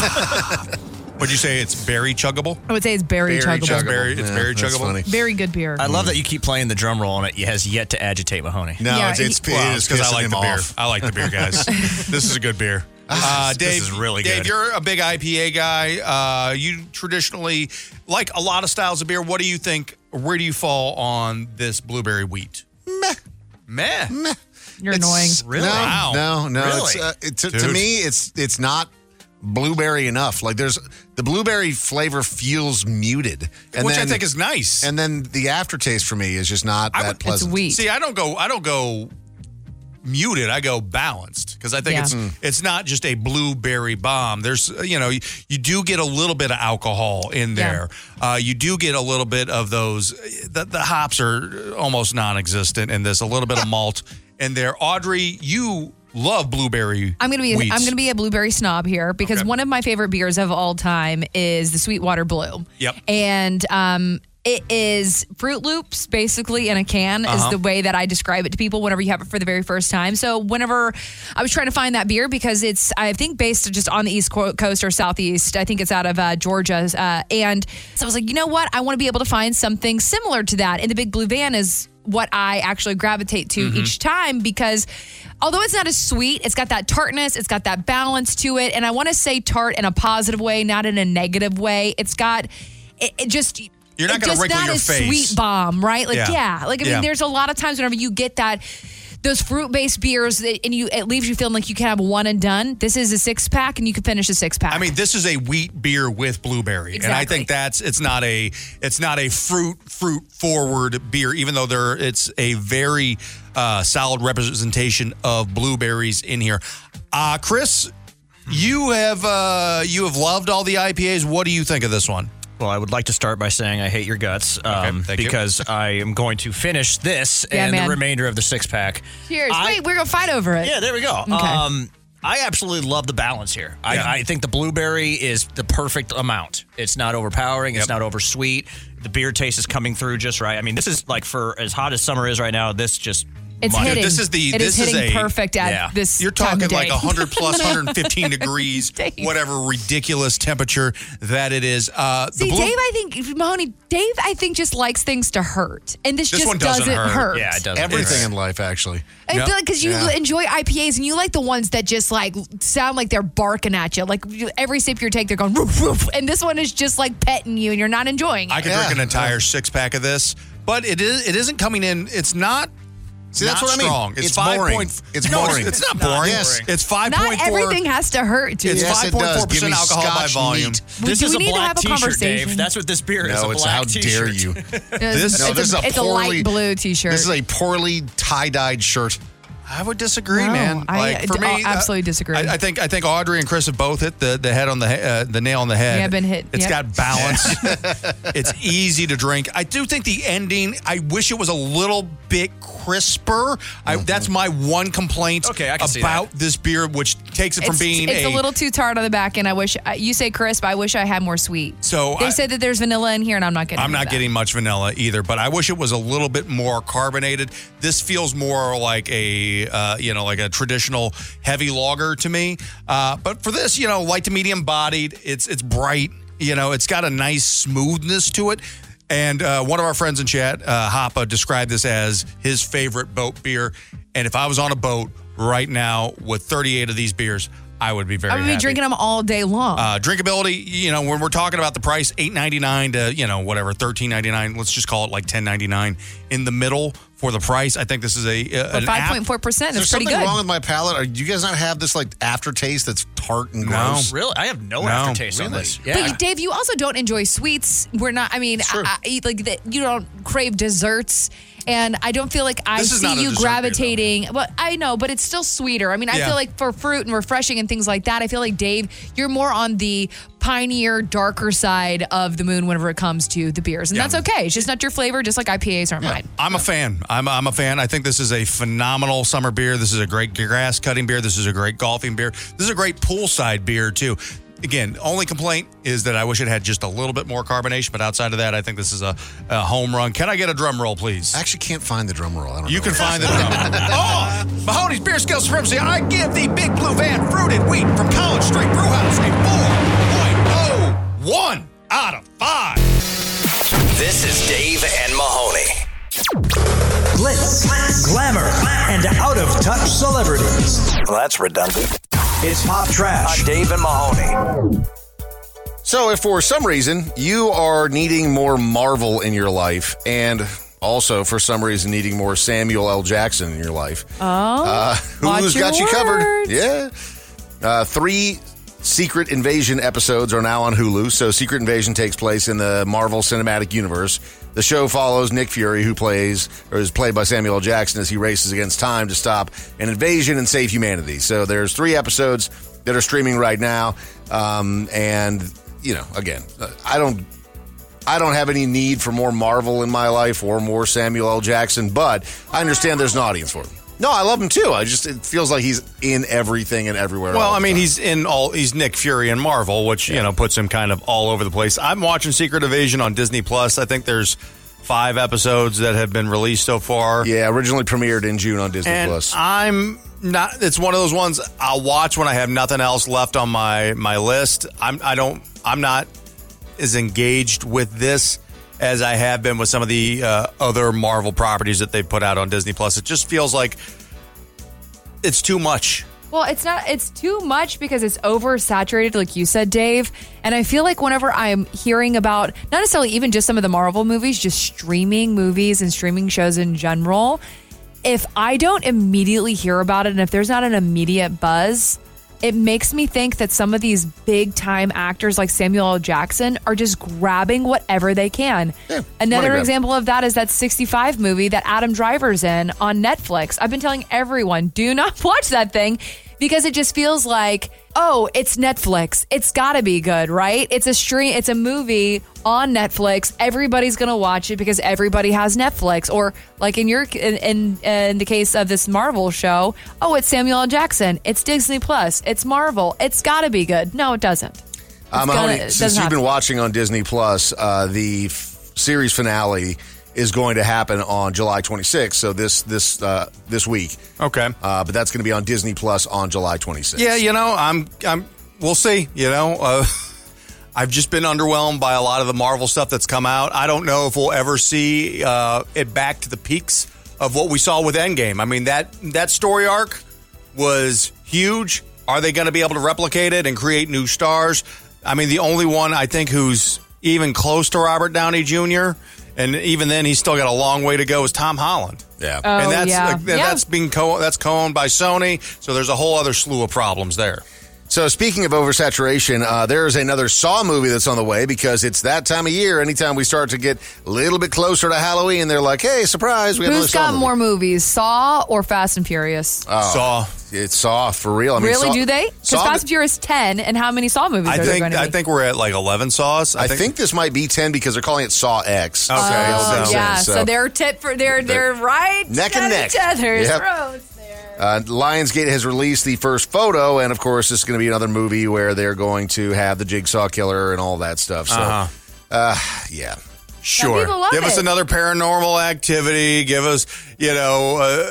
Would you say it's berry chuggable? I would say it's very Berry chuggable. chuggable. Berry- it's Yeah, berry that's chuggable. funny. Very good beer. I love that you keep playing the drum roll on it. It has yet to agitate Mahoney. No, Yeah, it's- it's- it is because I pissing like him the beer. off. I like the beer, guys. this is a good beer. This Uh, is- Dave, this is really Dave, good. you're a big IPA guy. Uh, you traditionally like a lot of styles of beer. What do you think? Where do you fall on this blueberry wheat? Meh. Meh. You're It's- annoying. No, Wow. no, no. Really? It's, uh, it, to, to Dude. me, it's it's not blueberry enough. Like there's the blueberry flavor feels muted, Which I think is nice. And then the aftertaste for me is just not that pleasant. See, I don't go. I don't go muted. I go balanced because I think Yeah. it's Mm. it's not just a blueberry bomb. There's uh, you know you, you do get a little bit of alcohol in there. Uh, you do get a little bit of those. The, the hops are almost non-existent in this. A little bit of malt in there. Audrey, you love blueberry. I'm gonna be wheats. I'm gonna be a blueberry snob here because one of my favorite beers of all time is the Sweetwater Blue. Yep. And um it is Fruit Loops basically in a can Uh-huh. is the way that I describe it to people whenever you have it for the very first time. So whenever I was trying to find that beer because it's I think based just on the East Co- Coast or Southeast, I think it's out of uh, Georgia. Uh, and so I was like, you know what? I want to be able to find something similar to that. And the Big Blue Van is what I actually gravitate to Mm-hmm. each time because although it's not as sweet, it's got that tartness, it's got that balance to it. And I want to say tart in a positive way, not in a negative way. It's got it, it just You're not going to just wrinkle not your as face. sweet bomb, right? Like Yeah. yeah, like I mean, Yeah. there's a lot of times whenever you get that. Those fruit-based beers, that, and you it leaves you feeling like you can have one and done. This is a six pack, and you can finish a six pack. I mean, this is a wheat beer with blueberry, and I Exactly. think that's it's not a it's not a fruit fruit forward beer, even though there it's a very uh, solid representation of blueberries in here. Uh, Chris, you have uh, you have loved all the IPAs. What do you think of this one? Well, I would like to start by saying I hate your guts um, thank you. because I am going to finish this Yeah, and man. the remainder of the six pack. Cheers! I- Wait, we're gonna fight over it. Yeah, there we go. Okay. Uh, Um, I absolutely love the balance here. I, I think the blueberry is the perfect amount. It's not overpowering. It's not oversweet. The beer taste is coming through just right. I mean, this is like for as hot as summer is right now. This just It's money. hitting. This is the It is this is, hitting a perfect at yeah. this. You're time talking of like day. 100 plus 115 degrees, whatever ridiculous temperature that it is. Uh, See, Dave, I think Mahoney. Dave, I think just likes things to hurt, and this, This just one doesn't hurt. hurt. Yeah, it doesn't. Everything It's- in life, actually. I feel like because you Yeah. enjoy IPAs and you like the ones that just like sound like they're barking at you. Like you- every sip you take, they're going roof roof, and this one is just like petting you, and you're not enjoying. I it. could drink an entire six pack of this, but it is it isn't coming in. It's not. See, that's not what I mean. strong. It's, It's five boring. Point, It's no, boring. It's, it's not Not boring. yes. It's five Not point four. everything has to hurt, dude. It's Yes, it five point does. four Give me percent alcohol by scotch volume. neat. We- This do is we a need to black have a T-shirt, Dave. conversation? That's what this beer is. a No, it's black how t-shirt. dare you. This, No, it's, this is a, a it's a light poorly- blue T-shirt. This is a poorly tie dyed shirt. I would disagree, No, man. I, Like, for d- me, uh, absolutely disagree. I, I think I think Audrey and Chris have both hit the, the head on the he- uh, the nail on the head. Yeah, I've been hit. It's Yep. got balance. it's easy to drink. I do think the ending. I wish it was a little bit crisper. I, Mm-hmm. that's my one complaint. Okay, I can about see this beer, which takes it from it's, being it's a, little too tart on the back end. I wish I- you say crisp. I wish I had more sweet. So they I- said that there's vanilla in here, and I'm not getting. I'm any of not that. getting much vanilla either, but I wish it was a little bit more carbonated. This feels more like a uh, you know like a traditional heavy lager to me. Uh, but for this, you know, light to medium bodied. It's it's bright. You know, it's got a nice smoothness to it. And uh, one of our friends in chat, uh, Hoppa, described this as his favorite boat beer. And if I was on a boat right now with 38 of these beers, I would be very. I'm gonna be happy. drinking them all day long. Uh, drinkability, you know, when we're talking about the price, eight ninety nine to you know whatever thirteen ninety nine. Let's just call it like ten ninety nine in the middle for the price. I think this is a, a but an app- five point four percent Is there is pretty something good. wrong with my palate? Are, do you guys not have this like aftertaste that's tart and No. gross? Really, I have no, No, aftertaste on really. this. But you- Dave, you also don't enjoy sweets. We're not. I mean, I, I, like that. You don't crave desserts, and I don't feel like I This is see not a you dessert beer, gravitating. well, I know, but it's still sweeter. I mean, I Yeah. feel like for fruit and refreshing and things like that, I feel like Dave, you're more on the pinier, darker side of the moon whenever it comes to the beers, and Yeah. that's okay. It's just not your flavor, just like IPAs aren't mine. I'm a fan. I'm, I'm a fan. I think this is a phenomenal summer beer. This is a great grass cutting beer. This is a great golfing beer. This is a great poolside beer, too. Again, only complaint is that I wish it had just a little bit more carbonation, but outside of that, I think this is a, a home run. Can I get a drum roll, please? I actually can't find the drum roll. I don't You know can where find it the is. drum roll. oh, Mahoney's Beer Scale Supremacy. I give the Big Blue Van Fruited Wheat from College Street Brewhouse a 4.01 out of 5. This is Dave and Mahoney. Glitz, glamour, and out of touch celebrities. Well, that's redundant. It's pop trash. On Dave and Mahoney. So, if for some reason you are needing more Marvel in your life, and also for some reason needing more Samuel L. Jackson in your life, Oh, uh, watch Hulu's your got you covered. words. Yeah. Uh, three Secret Invasion episodes are now on Hulu. So, Secret Invasion takes place in the Marvel Cinematic Universe. The show follows Nick Fury, who plays or is played by Samuel L. Jackson, as he races against time to stop an invasion and save humanity. So, there's three episodes that are streaming right now, um, and you know, again, I don't I don't have any need for more Marvel in my life or more Samuel L. Jackson, but I understand there's an audience for him. No, I love him too. I just it feels like he's in everything and everywhere. Well, all I the mean, time. he's in all. He's Nick Fury in Marvel, which you know puts him kind of all over the place. I'm watching Secret Invasion on Disney Plus. I think there's five episodes that have been released so far. yeah, originally premiered in June on Disney and Plus. I'm not. It's one of those ones I'll watch when I have nothing else left on my my list. I'm. I don't. I'm not as engaged with this as I have been with some of the uh, other Marvel properties that they put out on Disney Plus. It just feels like it's too much. Well, it's not, it's too much because it's oversaturated, like you said, Dave. And I feel like whenever I'm hearing about, not necessarily even just some of the Marvel movies, just streaming movies and streaming shows in general, if I don't immediately hear about it and if there's not an immediate buzz, it makes me think that some of these big time actors like Samuel L. Jackson are just grabbing whatever they can. money Another grab. example of that is that 65 movie that Adam Driver's in on Netflix. I've been telling everyone, do not watch that thing because it just feels like, oh, it's Netflix. It's got to be good, right? It's a stream, it's a movie on Netflix. Everybody's going to watch it because everybody has Netflix or like in your in, in in the case of this Marvel show, oh, it's Samuel L. Jackson. It's Disney Plus. It's Marvel. It's got to be good. No, it doesn't. Uh, It's Mahoney, gonna- it since doesn't you've been happen. watching on Disney Plus, uh, the f- series finale is going to happen on July 26th. So this this uh, this week. Okay. Uh, but that's going to be on Disney Plus on July 26th. Yeah, you know, I'm, I'm. We'll see. You know, uh, I've just been underwhelmed by a lot of the Marvel stuff that's come out. I don't know if we'll ever see uh, it back to the peaks of what we saw with Endgame. I mean that that story arc was huge. Are they going to be able to replicate it and create new stars? I mean, the only one I think who's even close to Robert Downey Jr. and even then he's still got a long way to go is Tom Holland. Yeah, Oh, and that's yeah. like, and Yeah. that's being co that's co-owned by Sony. So there's a whole other slew of problems there. So speaking of oversaturation, uh, there is another Saw movie that's on the way because it's that time of year. Anytime we start to get a little bit closer to Halloween, they're like, "Hey, surprise! We have another Who's Saw got movie." more movies, Saw or Fast and Furious? Oh, Saw. It's Saw for real. I mean, really? Saw- do they? Because Saw- Fast and Furious ten, and how many Saw movies I are there think going to be? I think we're at like 11 saws. I think this might be ten because they're calling it Saw X. Okay, that Oh, makes yeah, sense. so, they're tip for they're they're, right Neck and at neck. each other's Yep. throats. Uh, Lionsgate has released the first photo, and of course, this is going to be another movie where they're going to have the Jigsaw killer and all that stuff. So, uh Uh-huh. yeah, Sure. people love Give us it. another paranormal activity. Give us, you know, uh,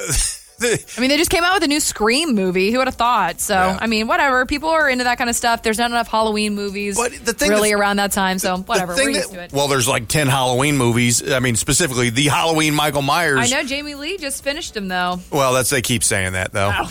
I mean, they just came out with a new Scream movie. Who would have thought? So, I mean, whatever. People are into that kind of stuff. There's not enough Halloween movies But the thing really that's- around that time. So, whatever. the We're thing used to that- it. Well, there's like 10 Halloween movies. I mean, specifically the Halloween Michael Myers. I know Jamie Lee just finished him though. Well, that's they keep saying that though. I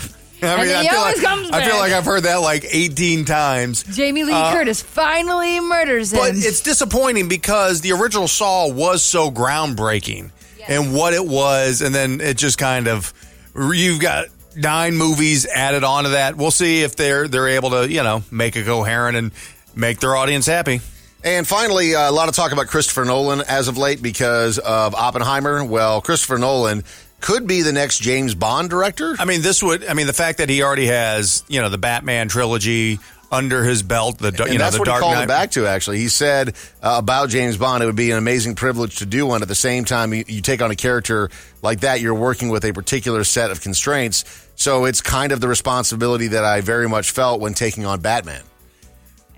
And mean, he I feel, like, always Oh, comes I feel back. like I've heard that like 18 times. Jamie Lee Uh, Curtis finally murders him. But it's disappointing because the original Saw was so groundbreaking and what it was, and then it just kind of you've got nine movies added onto that. We'll see if they're they're able to you know make it coherent and make their audience happy. And finally, uh, a lot of talk about Christopher Nolan as of late because of Oppenheimer. Well, Christopher Nolan could be the next James Bond director. I mean, this would I mean the fact that he already has you know the Batman trilogy under his belt, the you and know that's the what he Dark called it Knight. back to. Actually, he said uh, about James Bond, it would be an amazing privilege to do one. At the same time, you, you take on a character like that, you're working with a particular set of constraints. So it's kind of the responsibility that I very much felt when taking on Batman.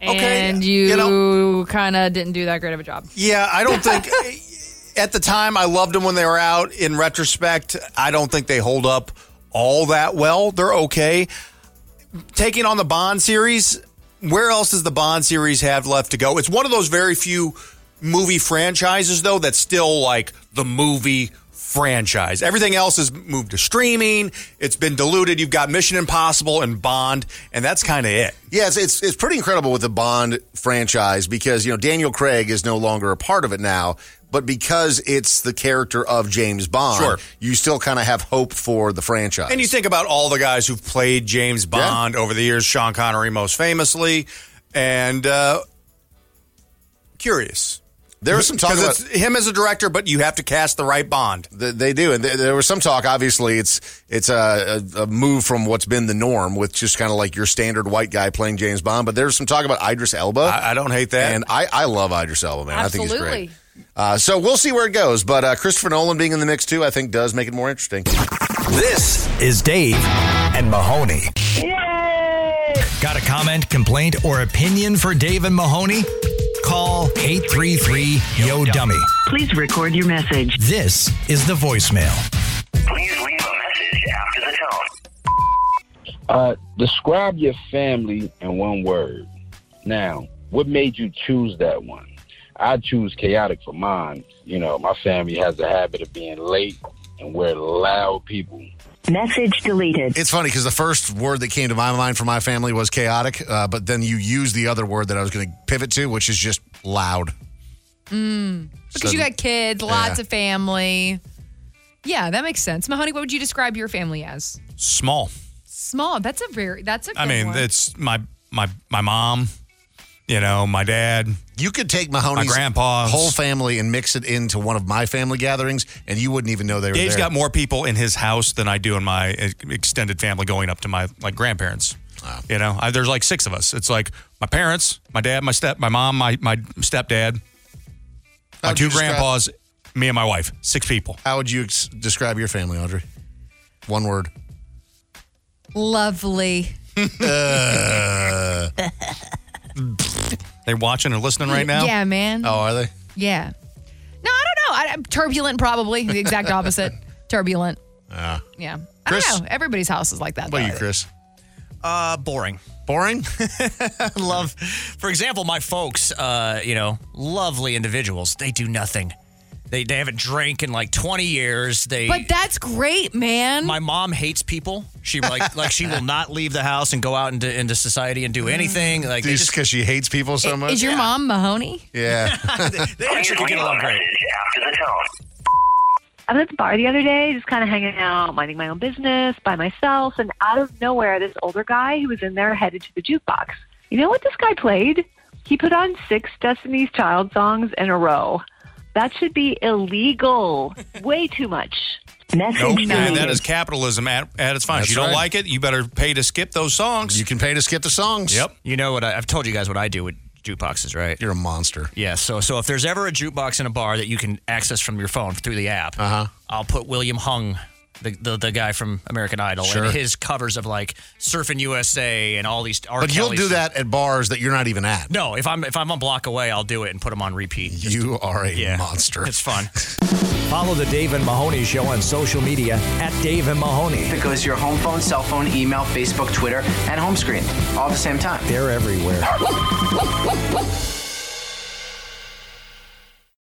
and you, kind of didn't do that great of a job. Yeah, I don't think at the time I loved them when they were out. In retrospect, I don't think they hold up all that well. They're okay. Taking on the Bond series, where else does the Bond series have left to go? It's one of those very few movie franchises though that's still like the movie franchise. Everything else has moved to streaming. It's been diluted. You've got Mission Impossible and Bond, and that's kind of it. Yeah, it's, it's it's pretty incredible with the Bond franchise because you know Daniel Craig is no longer a part of it now, but because it's the character of James Bond, Sure. you still kind of have hope for the franchise. And you think about all the guys who've played James Bond over the years, Sean Connery most famously, and uh, curious. There was some talk 'Cause about- it's him as a director, but you have to cast the right Bond. Th- They do, and th- there was some talk. Obviously, it's it's a, a, a move from what's been the norm with just kind of like your standard white guy playing James Bond. But there's some talk about Idris Elba. I, I don't hate that. and I, I love Idris Elba, man. I think he's Absolutely. great. Uh, so we'll see where it goes. But uh, Christopher Nolan being in the mix too, I think, does make it more interesting. This is Dave and Mahoney. Got a comment, complaint, or opinion for Dave and Mahoney? Call 833 Yo Dummy. Please record your message. This is the voicemail. Uh, describe your family in one word. Now, what made you choose that one? I choose chaotic for mine. You know, my family has a habit of being late and we're loud people. Message deleted. It's funny because the first word that came to my mind for my family was chaotic, uh, but then you used the other word that I was going to pivot to, which is just loud. Mm, because So- you got kids, lots Yeah. of family. Yeah, that makes sense. Mahoney, what would you describe your family as? Small. Small. That's a very. That's a. Good I mean, one. it's my my my mom, you know, my dad. You could take Mahoney's my grandpa, whole family and mix it into one of my family gatherings, and you wouldn't even know they were Dave's there. got more people in his house than I do in my uh, extended family going up to my like grandparents. You know, I, there's like six of us. It's like my parents, my dad, my step, my mom, my my stepdad, my How'd two you describe- grandpas, me and my wife. Six people. How would you ex- describe your family, Audrey? One word. lovely. Uh, They watching and listening right now. Yeah, man. oh, are they? Yeah. No, I don't know. I, I'm turbulent, probably the exact opposite. turbulent. Uh, Yeah. I Chris? don't know. Everybody's house is like that. what about you, though. Chris? Uh, boring. Boring? Love, for example, my folks. Uh, you know, lovely individuals. They do nothing. They they haven't drank in like 20 years. They. But that's great, man. my mom hates people. She like like she will not leave the house and go out into into society and do anything. Like they Mm. Just just because she hates people so much? Is your mom Mahoney? yeah. they actually could get along great. After the tone. I was at the bar the other day, just kind of hanging out, minding my own business by myself, and out of nowhere, this older guy who was in there headed to the jukebox. You know what this guy played? He put on six Destiny's Child songs in a row. That should be illegal. Way too much. Nope. Message Man, that is capitalism at, at its finest. That's you don't right. like it, you better pay to skip those songs. You can pay to skip the songs. Yep. You know what? I, I've told you guys what I do with jukeboxes, right? You're a monster. Yeah. So so if there's ever a jukebox in a bar that you can access from your phone through the app, uh-huh. I'll put William Hung. The, the, the guy from American Idol Sure. and his covers of like Surfing USA and all these. R. But you'll Kelly's- do that at bars that you're not even at. No, if I'm if I'm a block away, I'll do it and put them on repeat. You are a monster. It's fun. Follow the Dave and Mahoney Show on social media at Dave and Mahoney. It goes to your home phone, cell phone, email, Facebook, Twitter, and home screen all at the same time. They're everywhere.